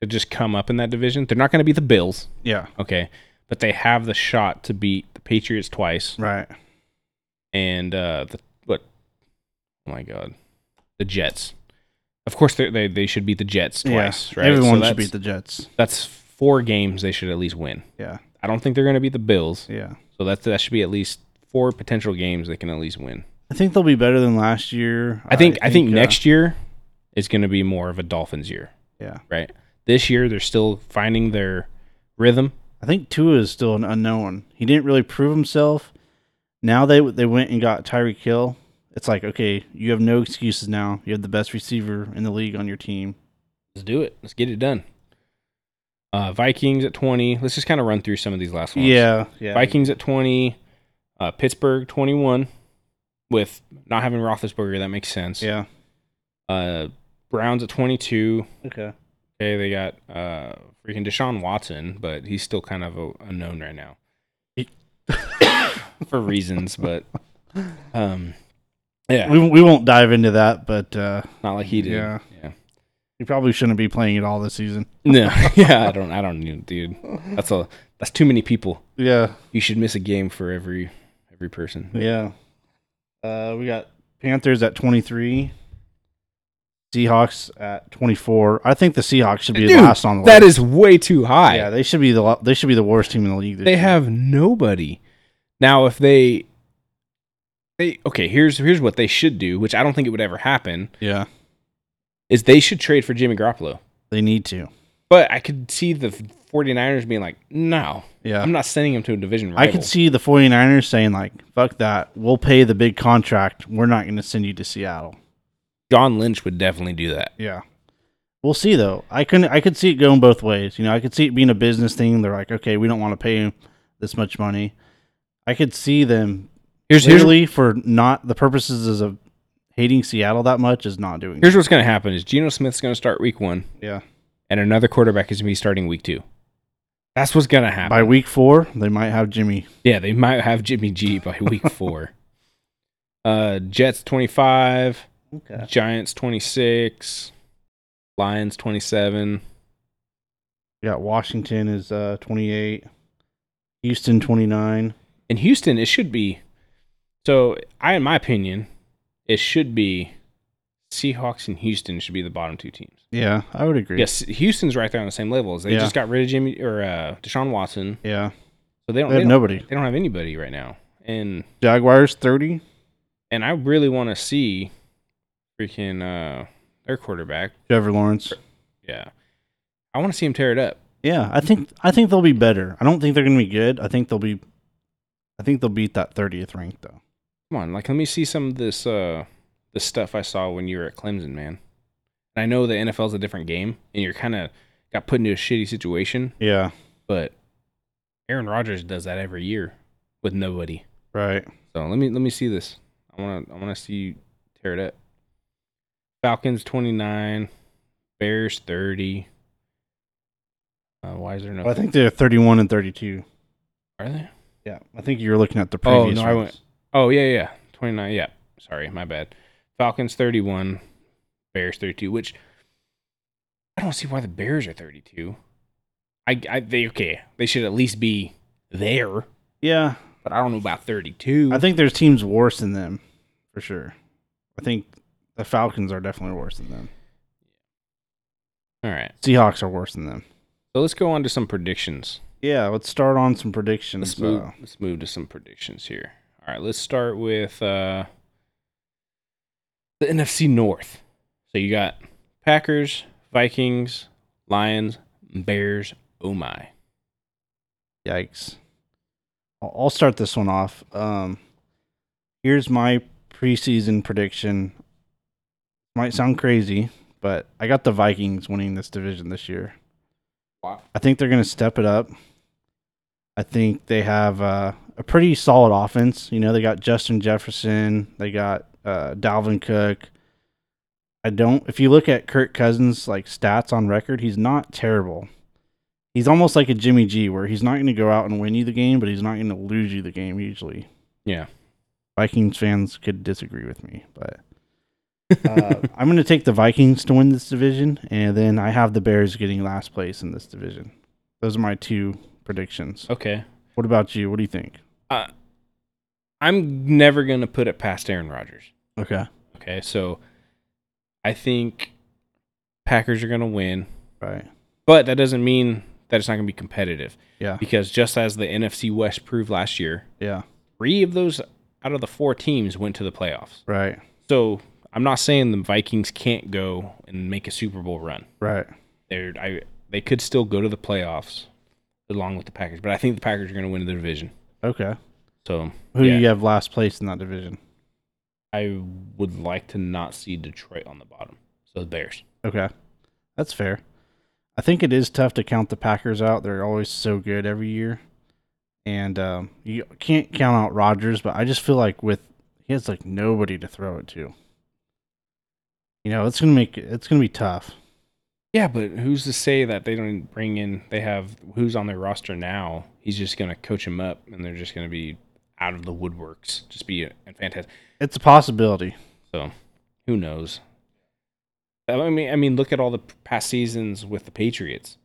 S2: to just come up in that division. They're not going to be the Bills,
S1: Yeah,
S2: okay? But they have the shot to beat the Patriots twice.
S1: right.
S2: and uh the what oh my god the jets of course they they they should beat the jets twice
S1: yeah.
S2: right
S1: Everyone
S2: So
S1: should
S2: that's-
S1: beat the Jets.
S2: that's four games they should at least win
S1: Yeah,
S2: i don't think they're going to beat the bills
S1: yeah.
S2: so that's that should be at least four potential games they can at least win
S1: I think they'll be better than last year.
S2: i think i think,
S1: uh,
S2: next year is going to be more of a dolphins year
S1: Yeah,
S2: right this year they're still finding their rhythm
S1: I think Tua is still an unknown. He didn't really prove himself. Now they they went and got Tyreek Hill. It's like okay, you have no excuses now. You have the best receiver in the league on your team.
S2: let's do it let's get it done uh vikings at 20 let's just kind of run through some of these last ones
S1: Yeah, yeah.
S2: Vikings at 20, uh, Pittsburgh 21, with not having Roethlisberger, that makes sense.
S1: Yeah.
S2: Uh, Browns at 22.
S1: Okay.
S2: Okay, they got uh, freaking Deshaun Watson, but he's still kind of a, unknown right now for reasons. But um, yeah,
S1: we we won't dive into that, but uh,
S2: not like he did.
S1: Yeah.
S2: yeah.
S1: he probably shouldn't be playing it all this season.
S2: No, yeah, I don't, I don't need, dude. That's a, that's too many people.
S1: Yeah.
S2: You should miss a game for every, every person.
S1: Yeah. Uh, we got Panthers at 23, Seahawks at 24. I think the Seahawks should be
S2: Dude,
S1: last on the
S2: That
S1: list.
S2: is way too high.
S1: yeah, they should be the lo- they should be the worst team in the league. This
S2: they
S1: year.
S2: have nobody now if they they okay here's here's what they should do which i don't think it would ever happen
S1: yeah,
S2: is they should trade for jimmy garoppolo
S1: they need to.
S2: but i could see the 49ers being like no
S1: Yeah,
S2: i'm not sending him to a division rival.
S1: I could see the 49ers saying like, "Fuck that, we'll pay the big contract. We're not going to send you to Seattle."
S2: john lynch would definitely do that
S1: Yeah. We'll see though. I can I could see it going both ways. You know, I could see it being a business thing. They're like, okay, we don't want to pay him this much money. I could see them
S2: here's here's,
S1: Literally for not the purposes of hating Seattle that much is not doing.
S2: here's what's going to happen is Geno smith's going to start week one
S1: it. Yeah.
S2: and another quarterback is going to be starting week two that's what's going to happen
S1: By week four, they might have Jimmy.
S2: Yeah, they might have Jimmy G by week four. Uh, Jets 25,
S1: Okay.
S2: Giants 26, Lions 27.
S1: We got Washington is uh, twenty eight, Houston twenty nine.
S2: In Houston, it should be. So, I, in my opinion, it should be Seahawks and Houston should be the bottom two teams.
S1: Yeah, I would agree.
S2: Yes, Houston's right there on the same levels. They
S1: Yeah.
S2: just got rid of Jimmy or uh, Deshaun Watson,
S1: Yeah.
S2: so they don't
S1: They
S2: they
S1: have
S2: don't,
S1: nobody.
S2: they don't have anybody right now. And
S1: Jaguars thirty.
S2: and I really want to see freaking uh, their quarterback
S1: Trevor Lawrence.
S2: Yeah. I want to see him tear it up.
S1: Yeah, I think I think they'll be better. I don't think they're gonna be good. I think they'll be I think they'll beat that thirtieth rank though.
S2: Come on, like let me see some of this uh the stuff I saw when you were at Clemson, man. And I know the NFL's a different game and you're kind of got put into a shitty situation,
S1: Yeah.
S2: but Aaron Rodgers does that every year with nobody.
S1: Right.
S2: So let me let me see this. I want to I want to see you tear it up. Falcons 29, Bears 30. Uh, why is there no
S1: I think they're thirty one and thirty two.
S2: are they?
S1: Yeah. I think you're looking at the
S2: Oh,
S1: previous
S2: no, I
S1: ones.
S2: went- Oh yeah, yeah. Twenty nine, yeah. Sorry, my bad. Falcons thirty one, Bears thirty two, which I don't see why the Bears are thirty two. I, I they okay. They should at least be there,
S1: Yeah.
S2: but I don't know about thirty two.
S1: I think there's teams worse than them, for sure. I think the Falcons are definitely worse than them.
S2: all right.
S1: Seahawks are worse than them.
S2: So let's go on to some predictions.
S1: Yeah, let's start on some predictions.
S2: Let's move.
S1: uh,
S2: Let's move to some predictions here. All right, let's start with uh, the NFC North. So you got Packers, Vikings, Lions, Bears. Oh my!
S1: Yikes. I'll I'll start this one off. Um, here's my preseason prediction. Might sound crazy, but I got the Vikings winning this division this year.
S2: Wow.
S1: I think they're going to step it up. I think they have uh, a pretty solid offense. You know, they got Justin Jefferson, they got uh, Dalvin Cook. I don't. If you look at Kirk Cousins' like stats on record, he's not terrible he's almost like a Jimmy G, where he's not going to go out and win you the game, but he's not going to lose you the game usually.
S2: Yeah.
S1: Vikings fans could disagree with me, but uh, I'm going to take the Vikings to win this division, and then I have the Bears getting last place in this division. Those are my two predictions.
S2: okay.
S1: What about you? What do you think?
S2: Uh, I'm never gonna put it past Aaron Rodgers.
S1: Okay.
S2: Okay, so I think Packers are going to win,
S1: Right.
S2: but that doesn't mean that it's not going to be competitive
S1: Yeah.
S2: because just as the NFC West proved last year,
S1: Yeah.
S2: three of those out of the four teams went to the playoffs.
S1: Right.
S2: So I'm not saying the Vikings can't go and make a Super Bowl run.
S1: Right.
S2: They're, I, they could still go to the playoffs along with the Packers, but I think the Packers are going to win the division.
S1: Okay.
S2: So
S1: Who
S2: Yeah.
S1: do you have last place in that division?
S2: I would like to not see Detroit on the bottom. So the Bears.
S1: Okay. That's fair. I think it is tough to count the Packers out. They're always so good every year. And um, you can't count out Rodgers, but I just feel like with he has like nobody to throw it to. You know, it's gonna make it's gonna be tough.
S2: Yeah, but who's to say that they don't bring in? They have who's on their roster now. He's just going to coach him up, and they're just going to be out of the woodworks, just be a, fantastic.
S1: It's a possibility.
S2: So, who knows? I mean, I mean, look at all the past seasons with the Patriots.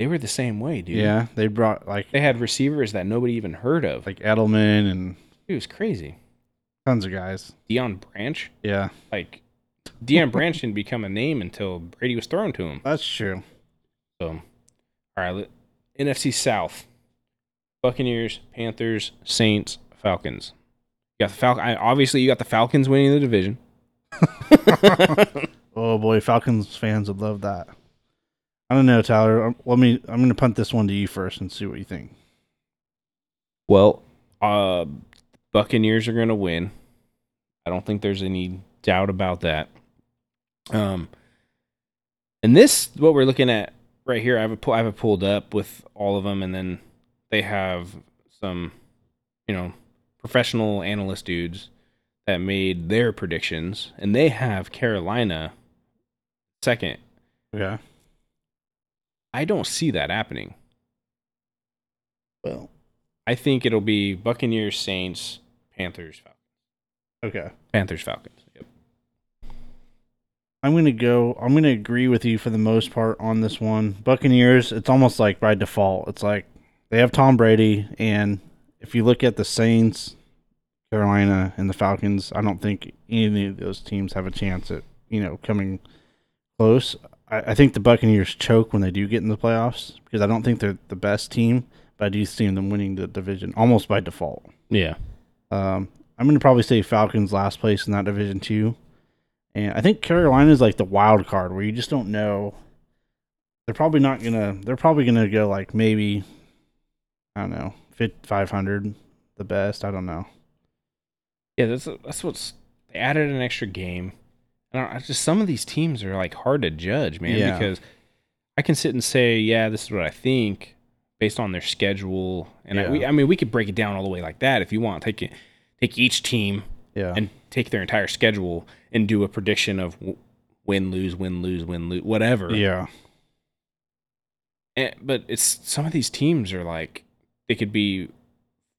S2: They were the same way, dude.
S1: Yeah. They brought like
S2: they had receivers that nobody even heard of. Like,
S1: like Edelman and
S2: it was crazy.
S1: tons of guys.
S2: Deion Branch,
S1: Yeah.
S2: like Deion Branch didn't become a name until Brady was thrown to him.
S1: That's true.
S2: So, all right, let- NFC South: Buccaneers, Panthers, Saints, Falcons. You got the Fal- I, Obviously, you got the Falcons winning the division.
S1: Oh boy, Falcons fans would love that. I don't know, Tyler. Um, Let me I'm gonna punt this one to you first and see what you think.
S2: well, uh, Buccaneers are going to win. I don't think there's any doubt about that. Um, and this what we're looking at right here. I have a pull, I have it pulled up with all of them, and then they have some, you know, professional analyst dudes that made their predictions, and they have Carolina second.
S1: Okay.
S2: I don't see that happening.
S1: Well,
S2: I think it'll be Buccaneers, Saints, Panthers, Falcons.
S1: okay.
S2: Panthers, Falcons. Yep.
S1: I'm gonna go. I'm gonna agree with you for the most part on this one. Buccaneers. It's almost like by default. It's like they have Tom Brady, and if you look at the Saints, Carolina, and the Falcons, I don't think any of those teams have a chance at you know coming close. I, I think the Buccaneers choke when they do get in the playoffs because I don't think they're the best team, but I do see them winning the division almost by default.
S2: Yeah.
S1: Um, I'm going to probably say Falcons last place in that division too, and I think Carolina is like the wild card where you just don't know. They're probably not gonna. They're probably gonna go like maybe, I don't know, five hundred, the best. I don't know.
S2: Yeah, that's that's what's they added an extra game. And I, I just some of these teams are like hard to judge, man,
S1: Yeah.
S2: because I can sit and say, yeah, this is what I think based on their schedule. And I,
S1: Yeah.
S2: we, I mean, we could break it down all the way like that if you want. Take it, take each team
S1: Yeah,
S2: and take their entire schedule and do a prediction of w- win, lose, win, lose, win, lose, whatever.
S1: yeah,
S2: And, but it's some of these teams are like they could be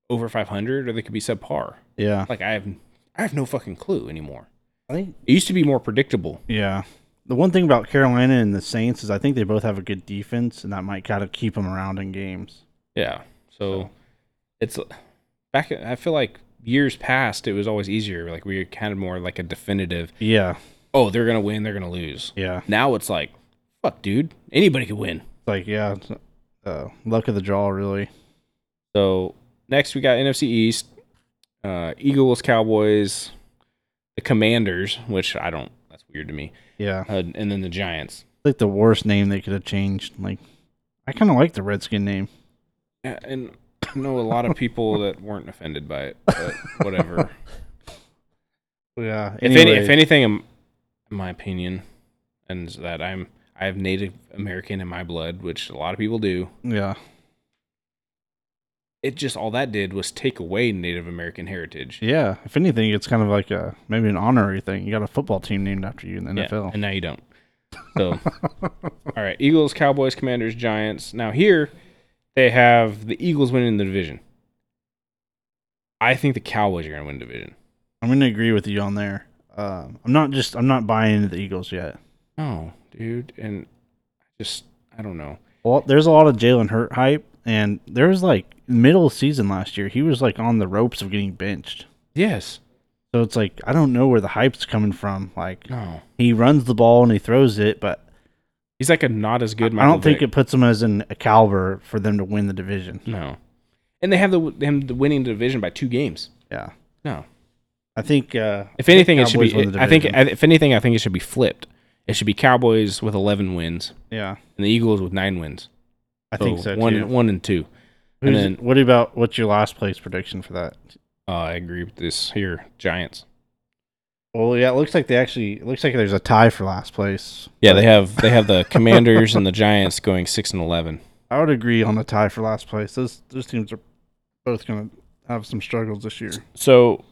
S2: over 500 or they could be subpar.
S1: yeah.
S2: Like I have I have no fucking clue anymore.
S1: I think
S2: It used to be more predictable.
S1: yeah. The one thing about Carolina and the Saints is I think they both have a good defense, and that might kind of keep them around in games.
S2: Yeah. So it's back. I feel like years past, it was always easier. Like we kind of more like a definitive.
S1: Yeah,
S2: Oh, they're gonna win. They're gonna lose.
S1: yeah,
S2: Now it's like, fuck, dude. Anybody could win.
S1: like yeah, it's, uh, luck of the draw really.
S2: So next we got NFC East, uh, Eagles, Cowboys, the Commanders, which I don't. That's weird to me.
S1: Yeah,
S2: Uh, and then the Giants.
S1: like the worst name they could have changed. Like, I kind of like the Redskin name.
S2: Yeah, Uh, and I know a lot of people that weren't offended by it, but whatever.
S1: Yeah.
S2: if any, if anything, in in my opinion, and is that I'm I have Native American in my blood, which a lot of people do.
S1: yeah.
S2: It just all that did was take away Native American heritage.
S1: Yeah. If anything, it's kind of like a maybe an honorary thing. You got a football team named after you in the
S2: Yeah,
S1: NFL.
S2: and now you don't. So, all right, Eagles, Cowboys, Commanders, Giants. Now here, they have the Eagles winning the division. I think the Cowboys are going to win the division.
S1: I'm gonna agree with you on there. Um, I'm not just I'm not buying into the Eagles yet.
S2: Oh, dude, and I just I don't know.
S1: Well, there's a lot of Jalen Hurt hype, and there was like middle of season last year. He was like on the ropes of getting benched.
S2: Yes.
S1: So it's like I don't know where the hype's coming from. Like
S2: No.
S1: he runs the ball and he throws it, but
S2: He's like a not as good.
S1: I
S2: Michael
S1: don't think
S2: Vick.
S1: it puts them as in a caliber for them to win the division.
S2: No. And they have the them winning the division by two games.
S1: Yeah,
S2: No.
S1: I think. Uh,
S2: If anything, it should
S1: Cowboys
S2: be.
S1: win the
S2: I think
S1: division.
S2: if anything, I think it should be flipped. It should be Cowboys with eleven wins
S1: yeah,
S2: and the Eagles with nine wins.
S1: I think so
S2: One,
S1: too.
S2: one and two.
S1: Who's,
S2: and
S1: what about what's your last place prediction for that?
S2: Uh, I agree with this here. Giants.
S1: Well, yeah, it looks like they actually it looks like there's a tie for last place.
S2: Yeah, they have they have the Commanders and the Giants going six and eleven.
S1: I would agree on a tie for last place. Those those teams are both going to have some struggles this year.
S2: So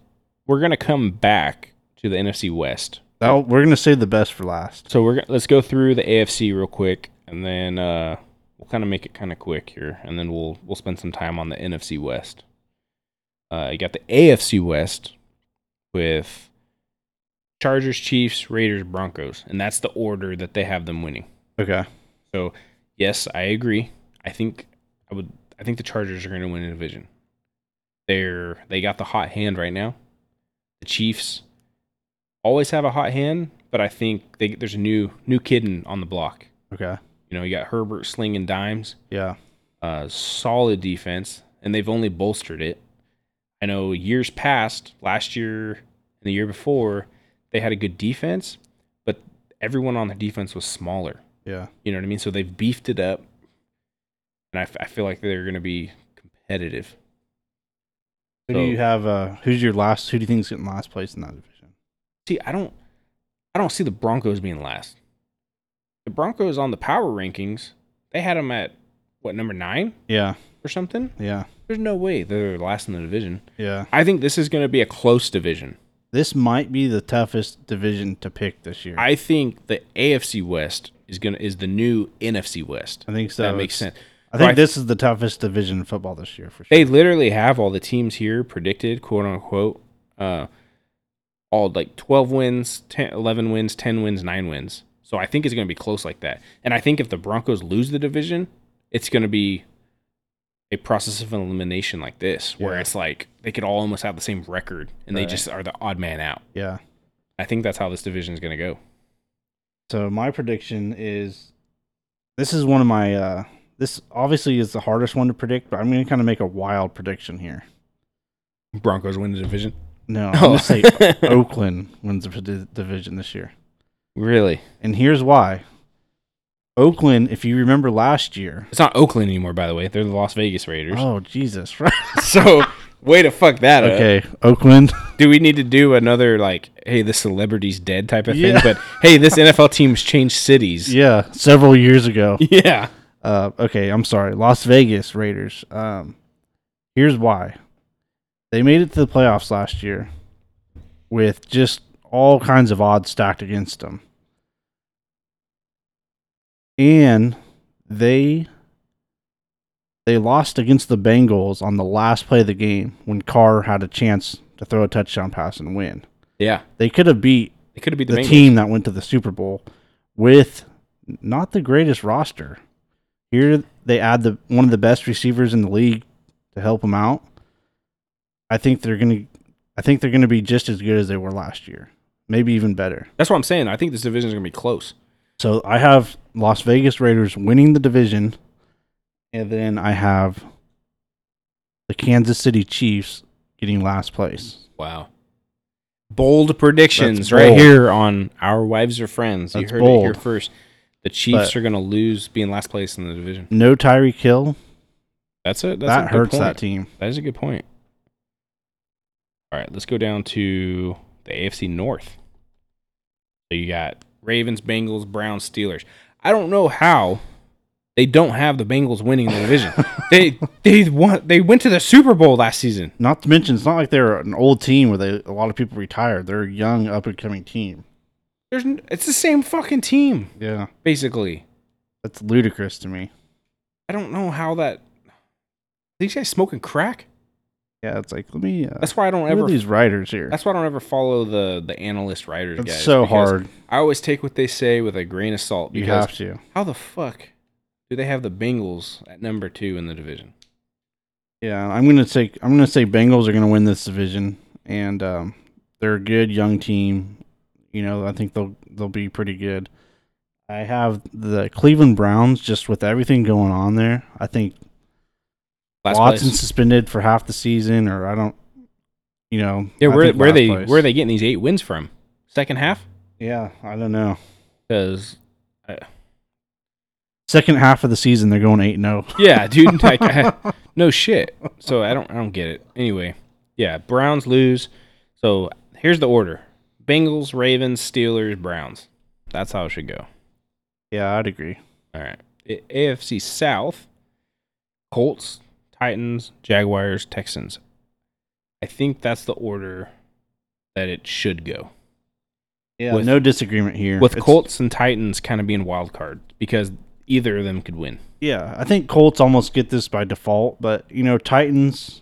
S2: we're gonna come back to the NFC West.
S1: That'll, we're going to save the best for last.
S2: So we're gonna, let's go through the AFC real quick, and then uh, we'll kind of make it kind of quick here, and then we'll we'll spend some time on the NFC West. Uh, you got the AFC West with Chargers, Chiefs, Raiders, Broncos, and that's the order that they have them winning.
S1: Okay.
S2: So yes, I agree. I think I would. I think the Chargers are going to win a division. They're they got the hot hand right now. The Chiefs always have a hot hand, but I think they, there's a new new kid in, on the block.
S1: Okay.
S2: You know, you got Herbert slinging dimes,
S1: Yeah.
S2: uh, solid defense, and they've only bolstered it. I know years past, last year and the year before, they had a good defense, but everyone on the defense was smaller.
S1: Yeah.
S2: You know what I mean? So they've beefed it up, and I, f- I feel like they're going to be competitive.
S1: Who
S2: So-
S1: do you have? Uh, who's your last? Who do you think's getting last place in that division?
S2: See, I don't, I don't see the Broncos being last. The Broncos on the power rankings, they had them at what number nine
S1: Yeah.
S2: or something.
S1: Yeah.
S2: There's no way they're last in the division.
S1: Yeah.
S2: I think this is going to be a close division.
S1: This might be the toughest division to pick this year. I,
S2: I think the AFC West is gonna is the new NFC West.
S1: think so.
S2: that makes
S1: It's-
S2: sense.
S1: I think
S2: Right.
S1: this is the toughest division in football this year for sure.
S2: they literally have all the teams here predicted, quote unquote, uh, all like 12 wins, 10, 11 wins, 10 wins, 9 wins. So I think it's going to be close like that. And I think if the Broncos lose the division, it's going to be a process of elimination like this, where
S1: Yeah.
S2: it's like they could all almost have the same record and they
S1: Right.
S2: just are the odd man out.
S1: yeah.
S2: I think that's how this division is going to go.
S1: So my prediction is this is one of my uh this obviously is the hardest one to predict, but I'm gonna kinda make a wild prediction here.
S2: Broncos win the division.
S1: No, I'm
S2: Oh.
S1: gonna say Oakland wins the di- division this year.
S2: really?
S1: And here's why. Oakland, if you remember last year
S2: It's not Oakland anymore, by the way. They're the Las Vegas Raiders.
S1: Oh Jesus right.
S2: So way to fuck that up.
S1: Okay, Oakland.
S2: Do we need to do another like, hey, the celebrity's dead type of
S1: Yeah.
S2: thing? But hey, this NFL team's changed cities.
S1: Yeah, several years ago.
S2: Yeah.
S1: Uh, okay, I'm sorry. Las Vegas Raiders. Um, here's why. They made it to the playoffs last year with just all kinds of odds stacked against them. And they they lost against the Bengals on the last play of the game when Carr had a chance to throw a touchdown pass and win.
S2: Yeah.
S1: They could have beat
S2: It could have been the,
S1: the
S2: Bengals.
S1: team that went to the Super Bowl with not the greatest roster. Here they add the one of the best receivers in the league to help them out. I think they're going to I think they're going to be just as good as they were last year. Maybe even better.
S2: That's what I'm saying. I think this division is gonna be close.
S1: So I have Las Vegas Raiders winning the division, and then I have the Kansas City Chiefs getting last place.
S2: Wow. Bold predictions
S1: That's
S2: right
S1: bold.
S2: here on Our Wives Are Friends. you
S1: That's
S2: heard it here
S1: bold.
S2: first. The Chiefs
S1: But-
S2: are going to lose being last place in the division.
S1: No Tyree Kill.
S2: That's it. That's a
S1: That
S2: good
S1: hurts
S2: point.
S1: that team.
S2: That is a good point. All right, let's go down to the AFC North. So you got Ravens, Bengals, Browns, Steelers. I don't know how they don't have the Bengals winning the division. they they won, they went to the Super Bowl last season.
S1: Not to mention, it's not like they're an old team where they a lot of people retired. They're a young, up and coming team.
S2: There's n- it's the same fucking team
S1: Yeah,
S2: basically.
S1: that's ludicrous to me.
S2: I don't know how that these guys smoking crack.
S1: Yeah, it's like let me. Uh,
S2: That's why I don't
S1: who are
S2: ever.
S1: these writers here?
S2: That's why I don't ever follow the the analyst writers.
S1: It's
S2: guys,
S1: so
S2: because
S1: hard.
S2: I always take what they say with a grain of salt.
S1: You
S2: Because
S1: have to.
S2: How the fuck do they have the Bengals at number two in the division?
S1: Yeah, I'm gonna take. I'm gonna say Bengals are gonna win this division, and um, they're a good young team. You know, I think they'll they'll be pretty good. I have the Cleveland Browns just with everything going on there. I think
S2: Last
S1: Watson
S2: place.
S1: suspended for half the season, or I don't. You know.
S2: Yeah,
S1: I
S2: where
S1: think
S2: where
S1: last
S2: they
S1: place.
S2: where are they getting these eight wins from? Second half
S1: Yeah, I don't know.
S2: because
S1: Second half of the season, they're going eight oh. eight zero.
S2: yeah, dude, like, I- no shit. So I don't I don't get it. Anyway, yeah, Browns lose. So here's the order: Bengals, Ravens, Steelers, Browns. That's how it should go.
S1: Yeah, I'd agree.
S2: All right. A- AFC South, Colts, Titans, Jaguars, Texans. I think that's the order that it should go.
S1: Yeah,
S2: With-
S1: no disagreement here.
S2: With
S1: It's-
S2: Colts and Titans kind of being wild card because either of them could win.
S1: Yeah, I think Colts almost get this by default, but you know Titans.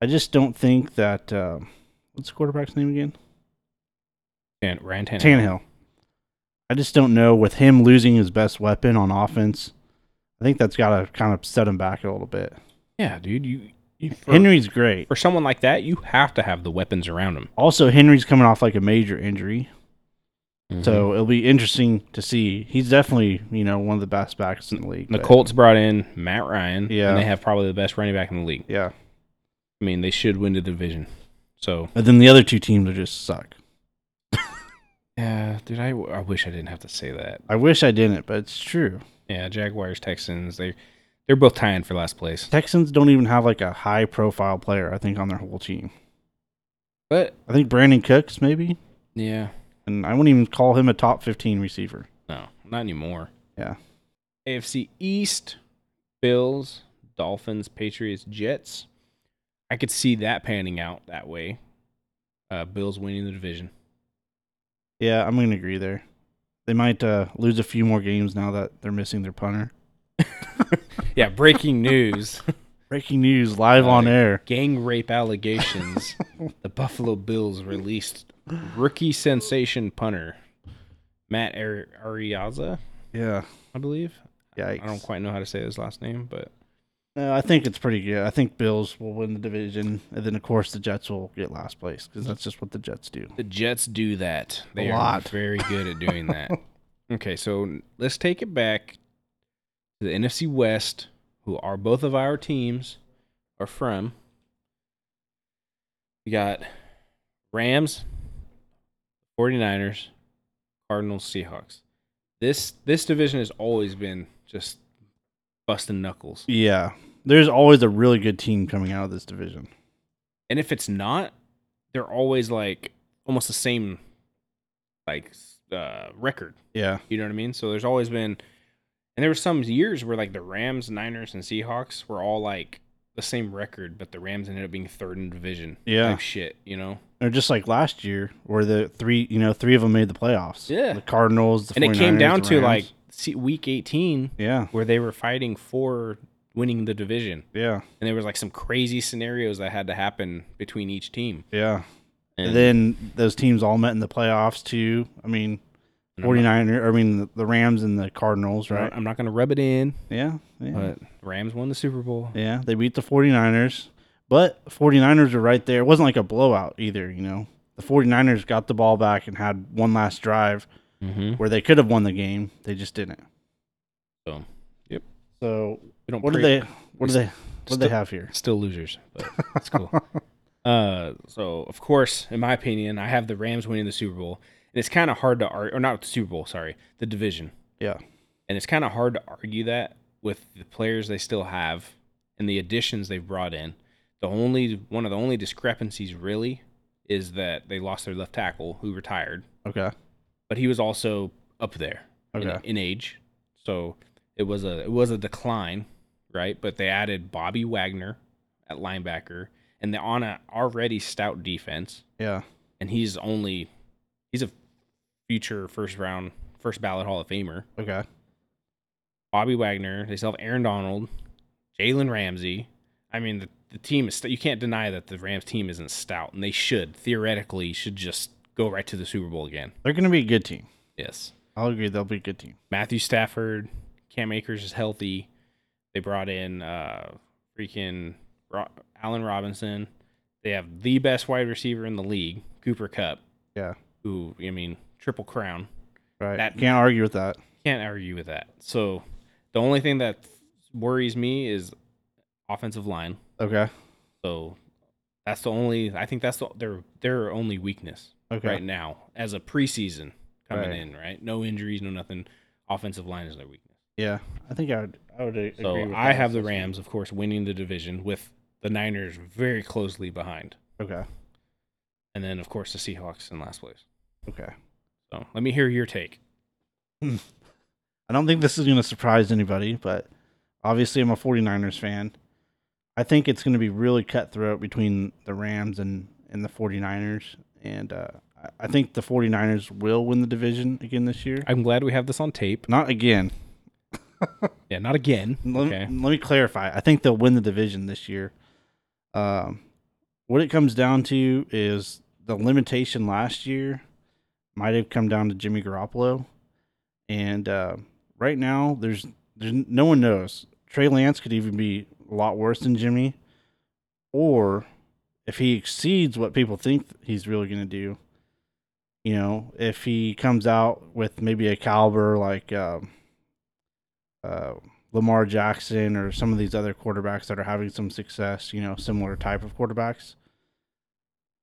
S1: I just don't think that uh, what's the quarterback's name again?
S2: And Ryan Tannehill.
S1: Tannehill. I just don't know with him losing his best weapon on offense. I think that's got to kind of set him back a little bit.
S2: Yeah, dude, you, you for,
S1: Henry's great.
S2: for someone like that, you have to have the weapons around him.
S1: Also, Henry's coming off like a major injury,
S2: Mm-hmm.
S1: so it'll be interesting to see. He's definitely you know one of the best backs in the league.
S2: the
S1: but-
S2: Colts brought in Matt Ryan,
S1: Yeah.
S2: and they have probably the best running back in the league.
S1: yeah,
S2: I mean, they should win the division. So
S1: and then the other two teams are just suck.
S2: yeah, dude, I, I wish I didn't have to say that.
S1: I wish I didn't, but it's true.
S2: Yeah, Jaguars, Texans, they they're both tying for last place.
S1: Texans don't even have like a high profile player, I think, on their whole team.
S2: But
S1: I think Brandon Cooks, maybe.
S2: yeah,
S1: And I wouldn't even call him a top 15 receiver.
S2: no, not anymore.
S1: Yeah.
S2: AFC East, Bills, Dolphins, Patriots, Jets. I could see that panning out that way. Uh, Bills winning the division.
S1: Yeah, I'm going to agree there. They might uh, lose a few more games now that they're missing their punter.
S2: Yeah, breaking news:
S1: Breaking news live on air.
S2: gang rape allegations. the Buffalo Bills released rookie sensation punter Matt Ari- Ariaza,
S1: Yeah.
S2: I believe.
S1: Yikes.
S2: I don't quite know how to say his last name, but
S1: no, I think it's pretty good. I think Bills will win the division. And then, of course, the Jets will get last place because that's just what the Jets do.
S2: The Jets do that. They
S1: lot.
S2: are very good at doing that. okay, so let's take it back to the NFC West, who are both of our teams are from. We got Rams, 49ers, Cardinals, Seahawks. This this division has always been just busting knuckles.
S1: Yeah. There's always a really good team coming out of this division.
S2: And if it's not, they're always like almost the same like s- uh record.
S1: Yeah.
S2: You know what I mean? So there's always been, and there were some years where like the Rams, Niners, and Seahawks were all like the same record, but the Rams ended up being third in division.
S1: Yeah.
S2: type shit. You know,
S1: or just like last year, where the three, you know, three of them made the playoffs.
S2: Yeah.
S1: the Cardinals, the
S2: and it came
S1: 49ers,
S2: down
S1: the
S2: to
S1: Rams.
S2: like se- week 18
S1: yeah,
S2: where they were fighting for winning the division,
S1: yeah,
S2: and there was like some crazy scenarios that had to happen between each team.
S1: yeah. And then those teams all met in the playoffs too. I mean,
S2: and I'm not-
S1: 49er, I mean the, the Rams and the Cardinals,
S2: I'm not-
S1: right?
S2: I'm not gonna rub it in,
S1: Yeah, yeah,
S2: but Rams won the Super Bowl.
S1: yeah. They beat the 49ers, but 49ers were right there. It wasn't like a blowout either, you know. The 49ers got the ball back and had one last drive
S2: Mm-hmm.
S1: where they could have won the game. They just didn't.
S2: So
S1: So
S2: we don't
S1: what do
S2: pre-
S1: they? What do they? What do they
S2: still-
S1: have here?
S2: still losers, but that's cool. uh, so of course, in my opinion, I have the Rams winning the Super Bowl, and it's kind of hard to argue, or not the Super Bowl, sorry, the division,
S1: Yeah.
S2: and it's kind of hard to argue that with the players they still have and the additions they've brought in. The only one of the only discrepancies really is that they lost their left tackle who retired,
S1: Okay.
S2: but he was also up there in-
S1: Okay.
S2: in, age, so it was a it was a decline, right? But they added Bobby Wagner at linebacker, and they're on a already stout defense,
S1: Yeah.
S2: and he's only he's a future first round first ballot Hall of Famer.
S1: Okay.
S2: Bobby Wagner, they still have Aaron Donald, Jalen Ramsey. I mean, the, the team is st- you can't deny that the Rams team isn't stout, and they should theoretically should just go right to the Super Bowl again.
S1: They're gonna be a good team.
S2: Yes.
S1: I'll agree. They'll be a good team.
S2: Matthew Stafford, Cam Akers is healthy. They brought in uh freaking Ro- Allen Robinson. They have the best wide receiver in the league, Cooper Cup.
S1: Yeah.
S2: Who I mean, triple crown.
S1: Right.
S2: That-
S1: Can't argue with that.
S2: Can't argue with that. So the only thing that worries me is offensive line.
S1: Okay.
S2: So that's the only I think that's the, their their only weakness
S1: Okay.
S2: right now as a preseason coming
S1: Right.
S2: in, right? No injuries, no nothing. Offensive line is their weakness.
S1: Yeah. I think I would. I would a- agree.
S2: So
S1: with
S2: I
S1: that
S2: have the
S1: assessment.
S2: Rams, of course, winning the division with the Niners very closely behind,
S1: Okay.
S2: and then of course the Seahawks in last place.
S1: Okay.
S2: So let me hear your take.
S1: I don't think this is going to surprise anybody, but obviously I'm a 49ers fan. I think it's going to be really cutthroat between the Rams and, and the 49ers. And uh, I- I think the 49ers will win the division again this year.
S2: I'm glad we have this on tape.
S1: Not again.
S2: Yeah, not again.
S1: Let,
S2: Okay.
S1: let me clarify. I think they'll win the division this year. Um, what it comes down to is the limitation last year might have come down to Jimmy Garoppolo, and uh, right now there's there's no one knows. Trey Lance could even be a lot worse than Jimmy, or if he exceeds what people think he's really going to do, you know, if he comes out with maybe a caliber like um, uh, Lamar Jackson or some of these other quarterbacks that are having some success, you know, similar type of quarterbacks.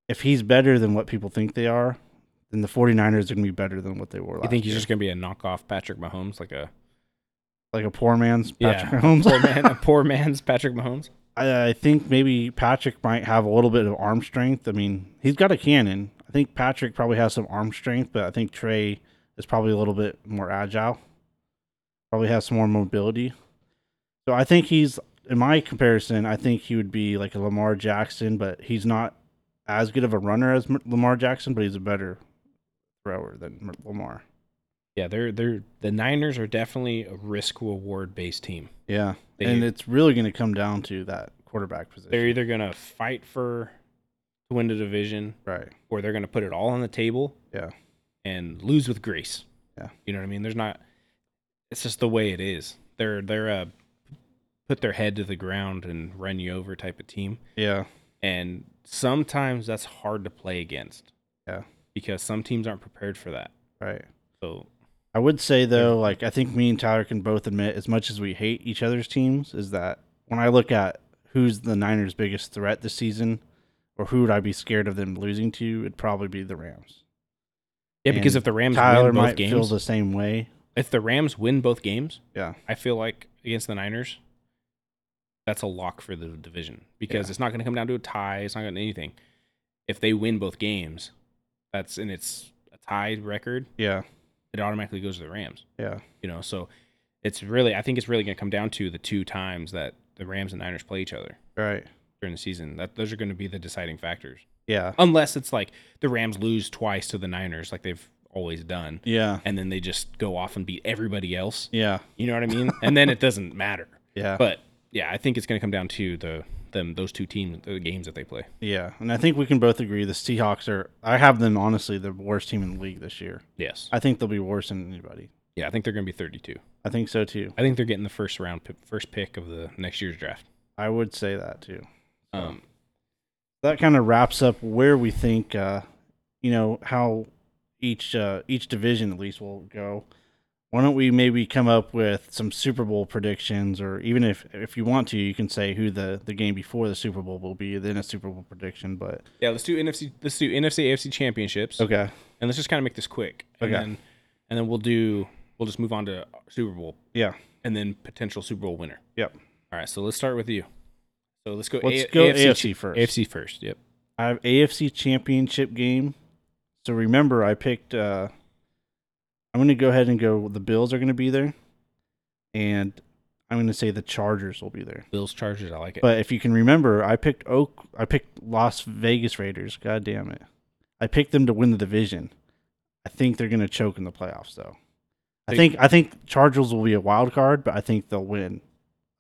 S1: If he's better than what people think they are, then the 49ers are going to be better than what they were last
S2: You think he's
S1: year.
S2: just gonna be a knockoff Patrick Mahomes, like a
S1: like a poor man's
S2: Yeah.
S1: Patrick Mahomes?
S2: poor man, a poor man's Patrick Mahomes?
S1: I, I think maybe Patrick might have a little bit of arm strength. I mean, he's got a cannon. I think Patrick probably has some arm strength, but I think Trey is probably a little bit more agile. Probably has some more mobility. So I think he's, in my comparison, I think he would be like a Lamar Jackson, but he's not as good of a runner as M- Lamar Jackson, but he's a better thrower than M- Lamar.
S2: Yeah, they're they're the Niners are definitely a risk reward based team.
S1: Yeah.
S2: They-
S1: and it's really going to come down to that quarterback position.
S2: They're either gonna fight for to win the division
S1: right.
S2: or they're gonna put it all on the table
S1: Yeah.
S2: and lose with grace.
S1: Yeah.
S2: You know what I mean? There's not it's just the way it is. They're they're a put their head to the ground and run you over type of team.
S1: Yeah.
S2: And sometimes that's hard to play against.
S1: Yeah.
S2: Because some teams aren't prepared for that.
S1: Right.
S2: So
S1: I would say though, like I think me and Tyler can both admit, as much as we hate each other's teams, is that when I look at who's the Niners' biggest threat this season, or who would I be scared of them losing to, it'd probably be the Rams.
S2: Yeah, because
S1: And
S2: if the Rams
S1: Tyler
S2: win both
S1: might
S2: games
S1: feel the same way.
S2: if the Rams win both games,
S1: Yeah.
S2: I feel like against the Niners, that's a lock for the division because
S1: Yeah.
S2: it's not going to come down to a tie. It's not going to anything. If they win both games, that's and it's a tied record,
S1: Yeah.
S2: it automatically goes to the Rams.
S1: Yeah.
S2: You know, so it's really I think it's really going to come down to the two times that the Rams and Niners play each other
S1: Right.
S2: during the season. That those are going to be the deciding factors.
S1: Yeah.
S2: Unless it's like the Rams lose twice to the Niners, like they've always done,
S1: Yeah.
S2: and then they just go off and beat everybody else.
S1: Yeah.
S2: You know what I mean? and then it doesn't matter.
S1: Yeah.
S2: But yeah, I think it's going to come down to the them those two teams, the games that they play.
S1: Yeah. And I think we can both agree the Seahawks are I have them honestly the worst team in the league this year.
S2: Yes.
S1: I think they'll be worse than anybody.
S2: Yeah, I think they're going to be 32.
S1: I think so too.
S2: I think they're getting the first round pi- first pick of the next year's draft.
S1: I would say that too.
S2: Um
S1: that kind of wraps up where we think uh you know how each uh each division at least will go why don't we maybe come up with some Super Bowl predictions, or even if if you want to, you can say who the the game before the Super Bowl will be, then a Super Bowl prediction. But
S2: Yeah, let's do NFC. Let's do NFC AFC championships,
S1: okay,
S2: and let's just kind of make this quick.
S1: Okay.
S2: And then, and then we'll do. We'll just move on to Super Bowl
S1: yeah,
S2: and then potential Super Bowl winner.
S1: yep.
S2: All right, so let's start with you. So let's go.
S1: Let's
S2: A-
S1: go
S2: ch-
S1: AFC first.
S2: AFC first. Yep.
S1: I have AFC Championship game. So remember, I picked. Uh, I'm going to go ahead and go. The Bills are going to be there, and I'm going to say the Chargers will be there.
S2: Bills Chargers. I like it.
S1: But if you can remember, I picked Oak. I picked Las Vegas Raiders. God damn it! I picked them to win the division. I think they're going to choke in the playoffs, though. I
S2: They-
S1: think I think Chargers will be a wild card, but I think they'll win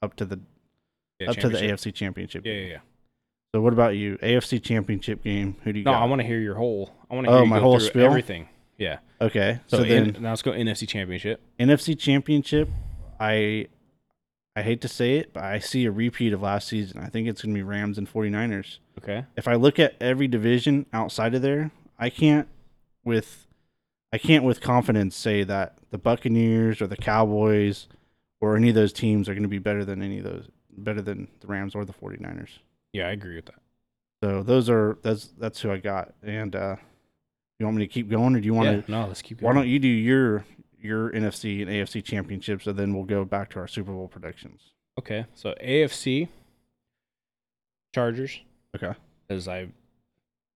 S1: up to the
S2: Yeah,
S1: up to the
S2: championship.
S1: AFC Championship.
S2: Yeah,
S1: game.
S2: yeah, yeah.
S1: So what about you? AFC Championship game. Who do you
S2: No,
S1: got?
S2: I want to hear your whole. I want to.
S1: Oh,
S2: hear you
S1: my
S2: go
S1: whole
S2: through
S1: spiel?
S2: Everything. Yeah.
S1: Okay, so,
S2: So,
S1: then
S2: N- now let's go NFC Championship.
S1: NFC Championship, I I hate to say it, but I see a repeat of last season. I think it's going to be Rams and 49ers.
S2: Okay.
S1: If I look at every division outside of there, I can't with I can't with confidence say that the Buccaneers or the Cowboys or any of those teams are going to be better than any of those better than the Rams or the 49ers.
S2: Yeah, I agree with that.
S1: So those are that's that's who I got. And uh you want me to keep going or do you want to
S2: yeah. No, let's keep
S1: Why
S2: going.
S1: don't you do your your NFC and AFC championships, and then we'll go back to our Super Bowl predictions.
S2: Okay. So AFC Chargers.
S1: Okay.
S2: Because I,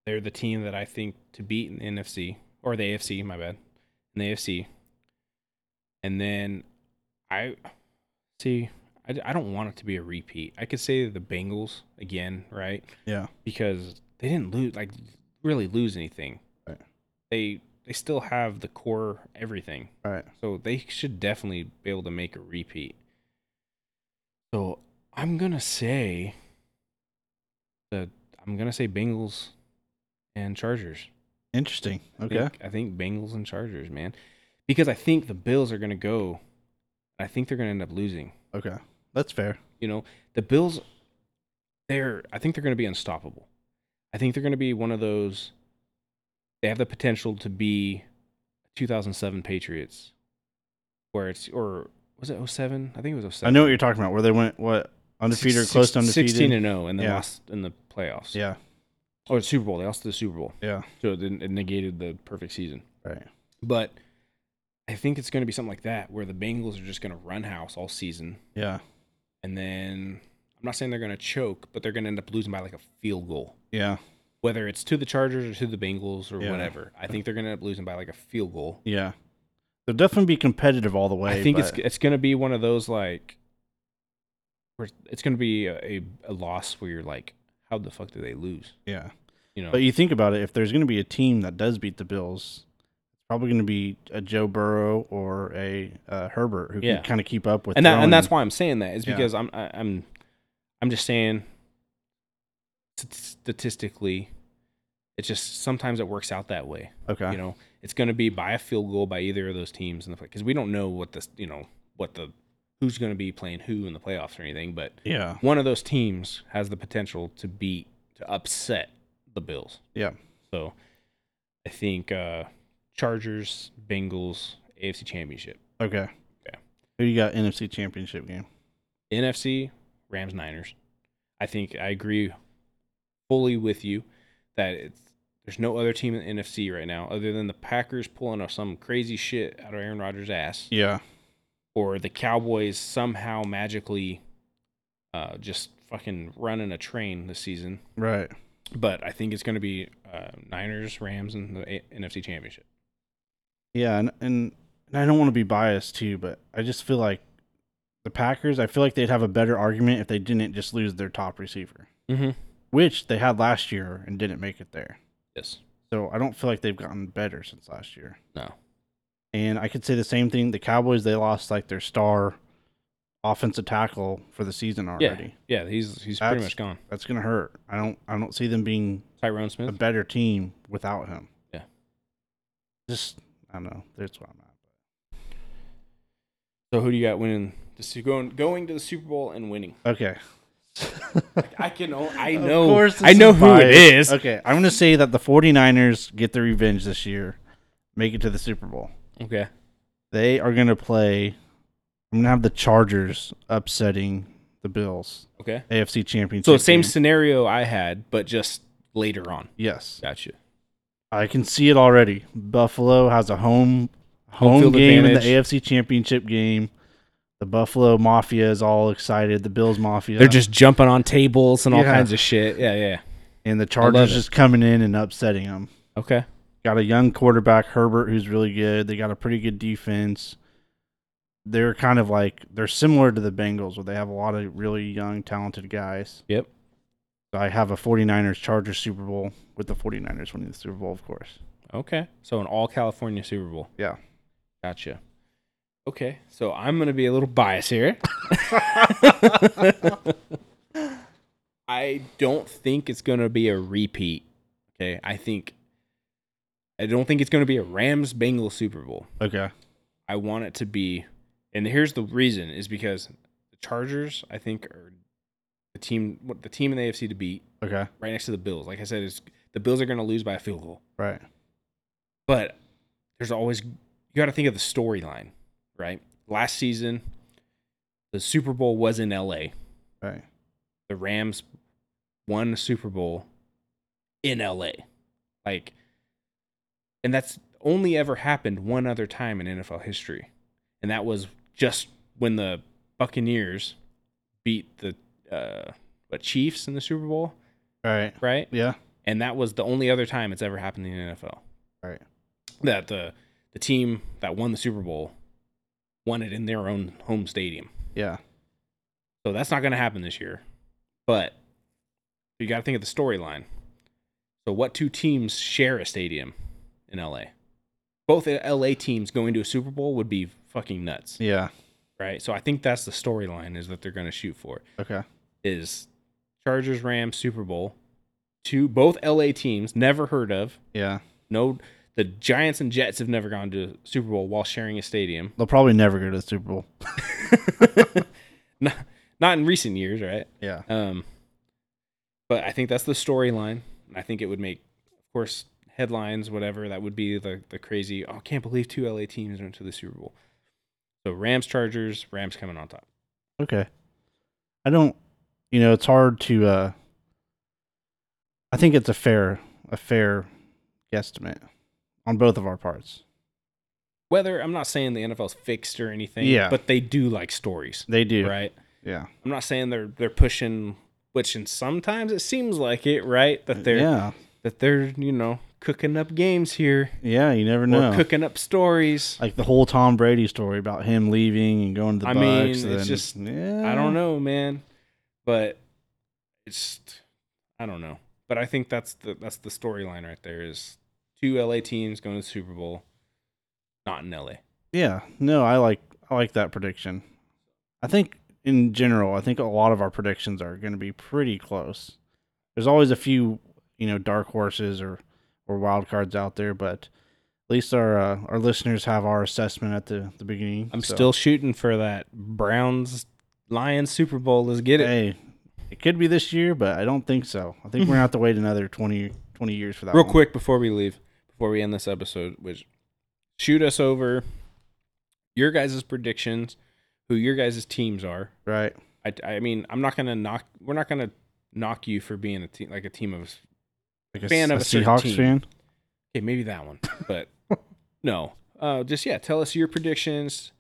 S2: they're the team that I think to beat in the NFC or the AFC. My bad. In the AFC. And then I see. I, d- I don't want it to be a repeat. I could say the Bengals again, right?
S1: Yeah.
S2: because they didn't lose like really lose anything.
S1: Right.
S2: They they still have the core everything.
S1: All right.
S2: So they should definitely be able to make a repeat. So I'm gonna say the I'm gonna say Bengals and Chargers.
S1: Interesting.
S2: I
S1: Okay.
S2: think- I think Bengals and Chargers, man. Because I think the Bills are gonna go. I think they're gonna end up losing.
S1: Okay. That's fair.
S2: You know, the Bills, they're I think they're going to be unstoppable. I think they're going to be one of those. They have the potential to be 2007 Patriots, where it's or was it 07? I think it was 07.
S1: I know what you're talking about. Where they went what undefeated or
S2: Six-
S1: close to
S2: six-
S1: undefeated.
S2: 16 and 0, and then
S1: Yeah.
S2: lost in the playoffs.
S1: yeah.
S2: Or the Super Bowl. They lost to the Super Bowl,
S1: Yeah.
S2: so it, it negated the perfect season.
S1: Right.
S2: But I think it's going to be something like that, where the Bengals are just going to run house all season.
S1: Yeah.
S2: and then I'm not saying they're going to choke, but they're going to end up losing by like a field goal,
S1: Yeah.
S2: whether it's to the Chargers or to the Bengals or
S1: Yeah.
S2: whatever. I think they're going to end up losing by like a field goal.
S1: Yeah. They'll definitely be competitive all the way.
S2: I think
S1: but,
S2: it's it's going to be one of those like where it's going to be a, a, a loss where you're like, how the fuck did they lose?
S1: yeah.
S2: You know,
S1: But you think about it, if there's going to be a team that does beat the Bills, it's probably going to be a Joe Burrow or a uh, Herbert who
S2: Yeah.
S1: can kind of keep up with.
S2: and that,
S1: throwing.
S2: and that's why I'm saying that is
S1: Yeah.
S2: because I'm I, I'm I'm just saying st- statistically, it's just sometimes it works out that way.
S1: okay.
S2: you know it's going to be by a field goal by either of those teams in the play because we don't know what this you know what the who's going to be playing who in the playoffs or anything but
S1: yeah.
S2: one of those teams has the potential to beat to upset the bills
S1: Yeah.
S2: so i think uh chargers bengals afc championship
S1: Okay.
S2: Yeah.
S1: Who you got NFC Championship game?
S2: nfc rams niners i think i agree fully with you that it's there's no other team in the NFC right now other than the Packers pulling off some crazy shit out of Aaron Rodgers' ass.
S1: Yeah.
S2: or the Cowboys somehow magically uh, just fucking running a train this season.
S1: Right.
S2: But I think it's going to be uh, Niners, Rams, and the A- NFC Championship.
S1: Yeah, and, and and I don't want to be biased too, but I just feel like the Packers. I feel like they'd have a better argument if they didn't just lose their top receiver,
S2: Mm-hmm.
S1: which they had last year and didn't make it there.
S2: Yes.
S1: So I don't feel like they've gotten better since last year.
S2: No.
S1: And I could say the same thing. The Cowboys they lost like their star offensive tackle for the season already.
S2: Yeah. Yeah. He's he's pretty
S1: That's-
S2: much gone.
S1: That's gonna hurt. I don't I don't see them being
S2: Tyrone
S1: a
S2: Smith.
S1: better team without him.
S2: Yeah.
S1: Just I don't know. That's why I'm at.
S2: So who do you got winning? Just going going to the Super Bowl and winning.
S1: Okay.
S2: I can. o- I
S1: Of
S2: know.
S1: course
S2: I
S1: this
S2: know who it
S1: biased.
S2: is.
S1: Okay, I'm going to say that the 49ers get their revenge this year, make it to the Super Bowl.
S2: Okay.
S1: The- They are going to play. I'm going to have the Chargers upsetting the Bills
S2: Okay.
S1: AFC Championship.
S2: So same
S1: game.
S2: scenario I had, but just later on.
S1: yes,
S2: Gotcha.
S1: I can see it already. Buffalo has a home
S2: Home
S1: home,
S2: field
S1: game
S2: advantage.
S1: in the AFC Championship game. The Buffalo Mafia is all excited. The Bills Mafia.
S2: They're just jumping on tables and all
S1: Yeah.
S2: kinds of shit. Yeah, yeah.
S1: and the
S2: love
S1: Chargers
S2: it.
S1: just coming in and upsetting them.
S2: Okay.
S1: Got a young quarterback, Herbert, who's really good. They got a pretty good defense. They're kind of like they're similar to the Bengals, where they have a lot of really young, talented guys.
S2: Yep.
S1: So I have a 49ers Chargers Super Bowl with the 49ers winning the Super Bowl, of course.
S2: Okay. So an all California Super Bowl.
S1: Yeah.
S2: Gotcha. Okay. So I'm going to be a little biased here. I don't think it's going to be a repeat. Okay. I think, I don't think it's going to be a Rams Bengals Super Bowl.
S1: Okay.
S2: I want it to be, and here's the reason is because the Chargers, I think, are the team, what the team in the AFC to beat
S1: Okay.
S2: right next to the Bills. Like I said, is the Bills are going to lose by a field goal.
S1: Right.
S2: But there's always you got to think of the storyline, right? Last season, the Super Bowl was in LA.
S1: Right.
S2: The Rams won the Super Bowl in LA. Like and that's only ever happened one other time in NFL history. And that was just when the Buccaneers beat the uh what Chiefs in the Super Bowl,
S1: Right.
S2: right?
S1: Yeah.
S2: and that was the only other time it's ever happened in the NFL.
S1: Right.
S2: That the the team that won the Super Bowl won it in their own home stadium.
S1: Yeah.
S2: So that's not going to happen this year. But you got to think of the storyline. So what two teams share a stadium in LA? Both LA teams going to a Super Bowl would be fucking nuts,
S1: Yeah.
S2: right? So I think that's the storyline is that they're going to shoot for
S1: Okay.
S2: is Chargers Rams Super Bowl. Two both LA teams never heard of.
S1: Yeah.
S2: No, the Giants and Jets have never gone to a Super Bowl while sharing a stadium.
S1: They'll probably never go to the Super Bowl.
S2: not, not in recent years, right?
S1: Yeah.
S2: Um, but I think that's the storyline. and I think it would make, of course, headlines, whatever. That would be the, the crazy, oh, I can't believe two LA teams went to the Super Bowl. So Rams, Chargers, Rams coming on top.
S1: Okay. I don't you know, it's hard to uh I think it's a fair a fair guesstimate on both of our parts.
S2: Whether I'm not saying the NFL's fixed or anything,
S1: Yeah.
S2: but they do like stories,
S1: They do.
S2: right?
S1: Yeah.
S2: I'm not saying they're they're pushing, which and sometimes it seems like it, right? That they're
S1: yeah.
S2: that they're you know cooking up games here
S1: Yeah, you never
S2: or
S1: know.
S2: cooking up stories
S1: like the whole Tom Brady story about him leaving and going to the
S2: I
S1: Bucks.
S2: mean, it's
S1: then-
S2: just-
S1: yeah.
S2: i don't know man but it's i don't know but i think that's the that's the storyline right there is two la teams going to the super bowl not in la
S1: Yeah. No, I like I like that prediction. I think in general, I think a lot of our predictions are going to be pretty close. There's always a few, you know, dark horses or or wild cards out there, but at least our uh, our listeners have our assessment at the the beginning.
S2: i'm
S1: so-
S2: still shooting for that browns lions super bowl let's get it
S1: hey, it could be this year, but I don't think so. I think we're gonna have to wait another 20, 20 years for that.
S2: real
S1: one.
S2: quick before we leave before we end this episode which shoot us over your guys' predictions who your guys' teams are
S1: right?
S2: I, I mean, I'm not gonna knock. We're not gonna knock you for being a team like a team of.
S1: Like a,
S2: Fan
S1: s-
S2: of
S1: a
S2: a certain
S1: Seahawks
S2: team.
S1: fan.
S2: Okay, maybe that one, but no. Uh, just yeah, tell us your predictions.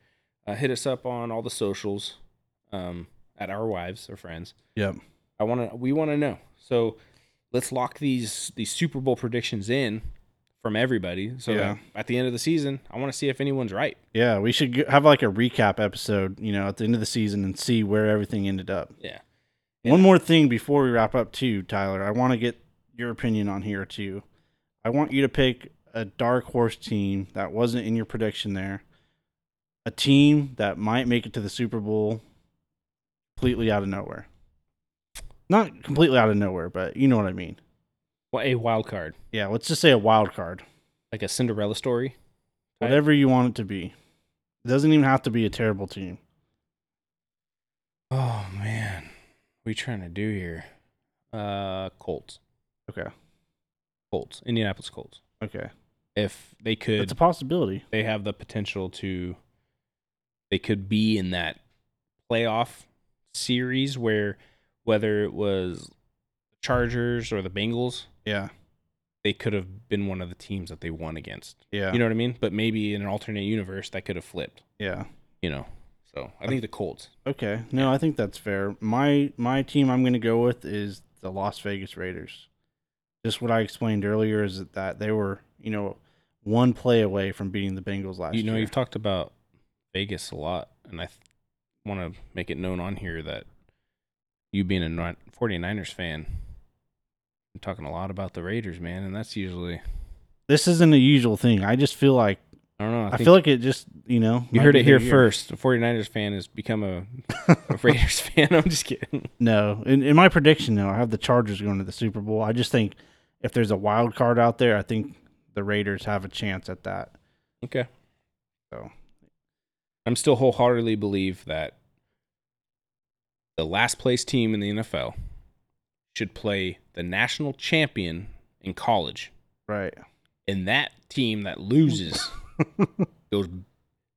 S2: Uh, hit us up on all the socials, um, at our wives or friends.
S1: Yep.
S2: I want to. We want to know. So let's lock these these Super Bowl predictions in from everybody. So
S1: Yeah.
S2: that at the end of the season, I want to see if anyone's right.
S1: Yeah, we should g- have like a recap episode, you know, at the end of the season and see where everything ended up.
S2: Yeah.
S1: One more thing before we wrap up, too, Tyler. I want to get your opinion on here, too. I want you to pick a dark horse team that wasn't in your prediction there, a team that might make it to the Super Bowl completely out of nowhere. Not completely out of nowhere, but you know what I mean.
S2: Well, a wild card,
S1: Yeah, let's just say a wild card,
S2: like a Cinderella story. Right.
S1: whatever you want it to be. It doesn't even have to be a terrible team.
S2: Oh man, we trying to do here? Uh, Colts,
S1: Okay.
S2: Colts, Indianapolis Colts.
S1: Okay.
S2: If they
S1: It's
S2: could,
S1: a possibility.
S2: they have the potential to they could be in that playoff series where whether it was Chargers or the Bengals,
S1: Yeah.
S2: they could have been one of the teams that they won against.
S1: Yeah.
S2: You know what I mean? But maybe in an alternate universe that could have flipped,
S1: yeah.
S2: you know. So I think the Colts.
S1: Okay. No, I think that's fair. My my team I'm going to go with is the Las Vegas Raiders. Just what I explained earlier is that they were, you know, one play away from beating the Bengals last
S2: you know,
S1: year.
S2: you've talked about Vegas a lot, and I th- want to make it known on here that you being a Ni- 49ers fan, I'm talking a lot about the Raiders, man, and that's usually
S1: this isn't a usual thing. I just feel like
S2: I don't know. I,
S1: I,
S2: think
S1: feel like it just, you know,
S2: you
S1: might
S2: heard
S1: be
S2: it here
S1: their year.
S2: first. A 49ers fan has become a, a Raiders fan. I'm just kidding.
S1: No, in, in my prediction though, I have the Chargers going to the Super Bowl. I just think if there's a wild card out there, I think the Raiders have a chance at that.
S2: Okay.
S1: So.
S2: I'm still wholeheartedly believe that the last place team in the NFL should play the national champion in college.
S1: Right.
S2: And that team that loses goes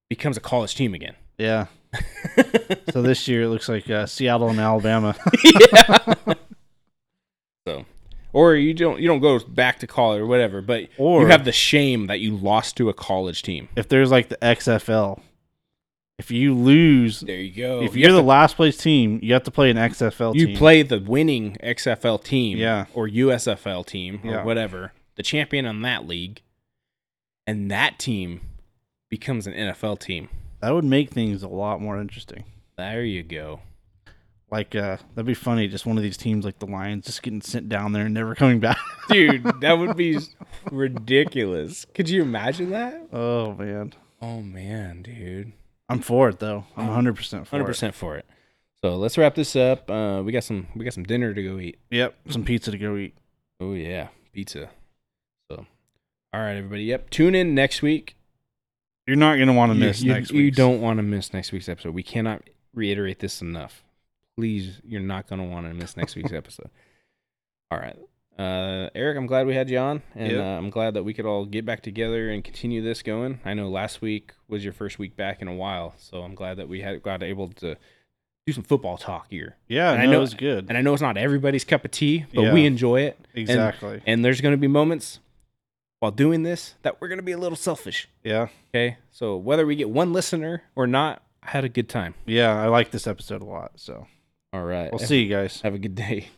S2: becomes a college team again.
S1: Yeah. so this year it looks like uh, Seattle and Alabama.
S2: yeah. So or you don't you don't go back to college or whatever, but
S1: Or-
S2: you have the shame that you lost to a college team.
S1: if there's like the XFL, if you lose,
S2: There you go.
S1: if
S2: Oh, You
S1: you're
S2: have
S1: the
S2: to-
S1: last place team, you have to play an XFL
S2: you
S1: team.
S2: play the winning XFL team
S1: Yeah.
S2: or USFL team or
S1: Yeah.
S2: whatever, the champion on that league, and that team becomes an NFL team.
S1: that would make things a lot more interesting.
S2: There you go.
S1: Like uh, that'd be funny. Just one of these teams, like the Lions, just getting sent down there and never coming back.
S2: Dude, that would be ridiculous. Could you imagine that?
S1: oh man,
S2: Oh man, dude.
S1: I'm for it though. I'm 100 percent for
S2: Hundred
S1: it.
S2: percent for it. So let's wrap this up. Uh, we got some we got some dinner to go eat.
S1: Yep, some pizza to go eat.
S2: Oh yeah, pizza. So, all right, everybody. Yep, tune in next week.
S1: You're not gonna want to
S2: You-
S1: miss
S2: you,
S1: next
S2: you
S1: week.
S2: don't want to miss next week's episode. We cannot reiterate this enough. Please, you're not going to want to miss next week's episode. All right. Uh, Eric, I'm glad we had you on, and
S1: Yep.
S2: uh, I'm glad that we could all get back together and continue this going. I know last week was your first week back in a while, so I'm glad that we had got able to do some football talk here.
S1: Yeah,
S2: And I
S1: no,
S2: know-
S1: it was good.
S2: And I know it's not everybody's cup of tea, but
S1: Yeah.
S2: we enjoy it. And-
S1: Exactly.
S2: and there's going to be moments while doing this that we're going to be a little selfish.
S1: yeah,
S2: Okay. So whether we get one listener or not, I had a good time.
S1: yeah. I like this episode a lot. So
S2: All right.
S1: we'll see you guys.
S2: Have a good day.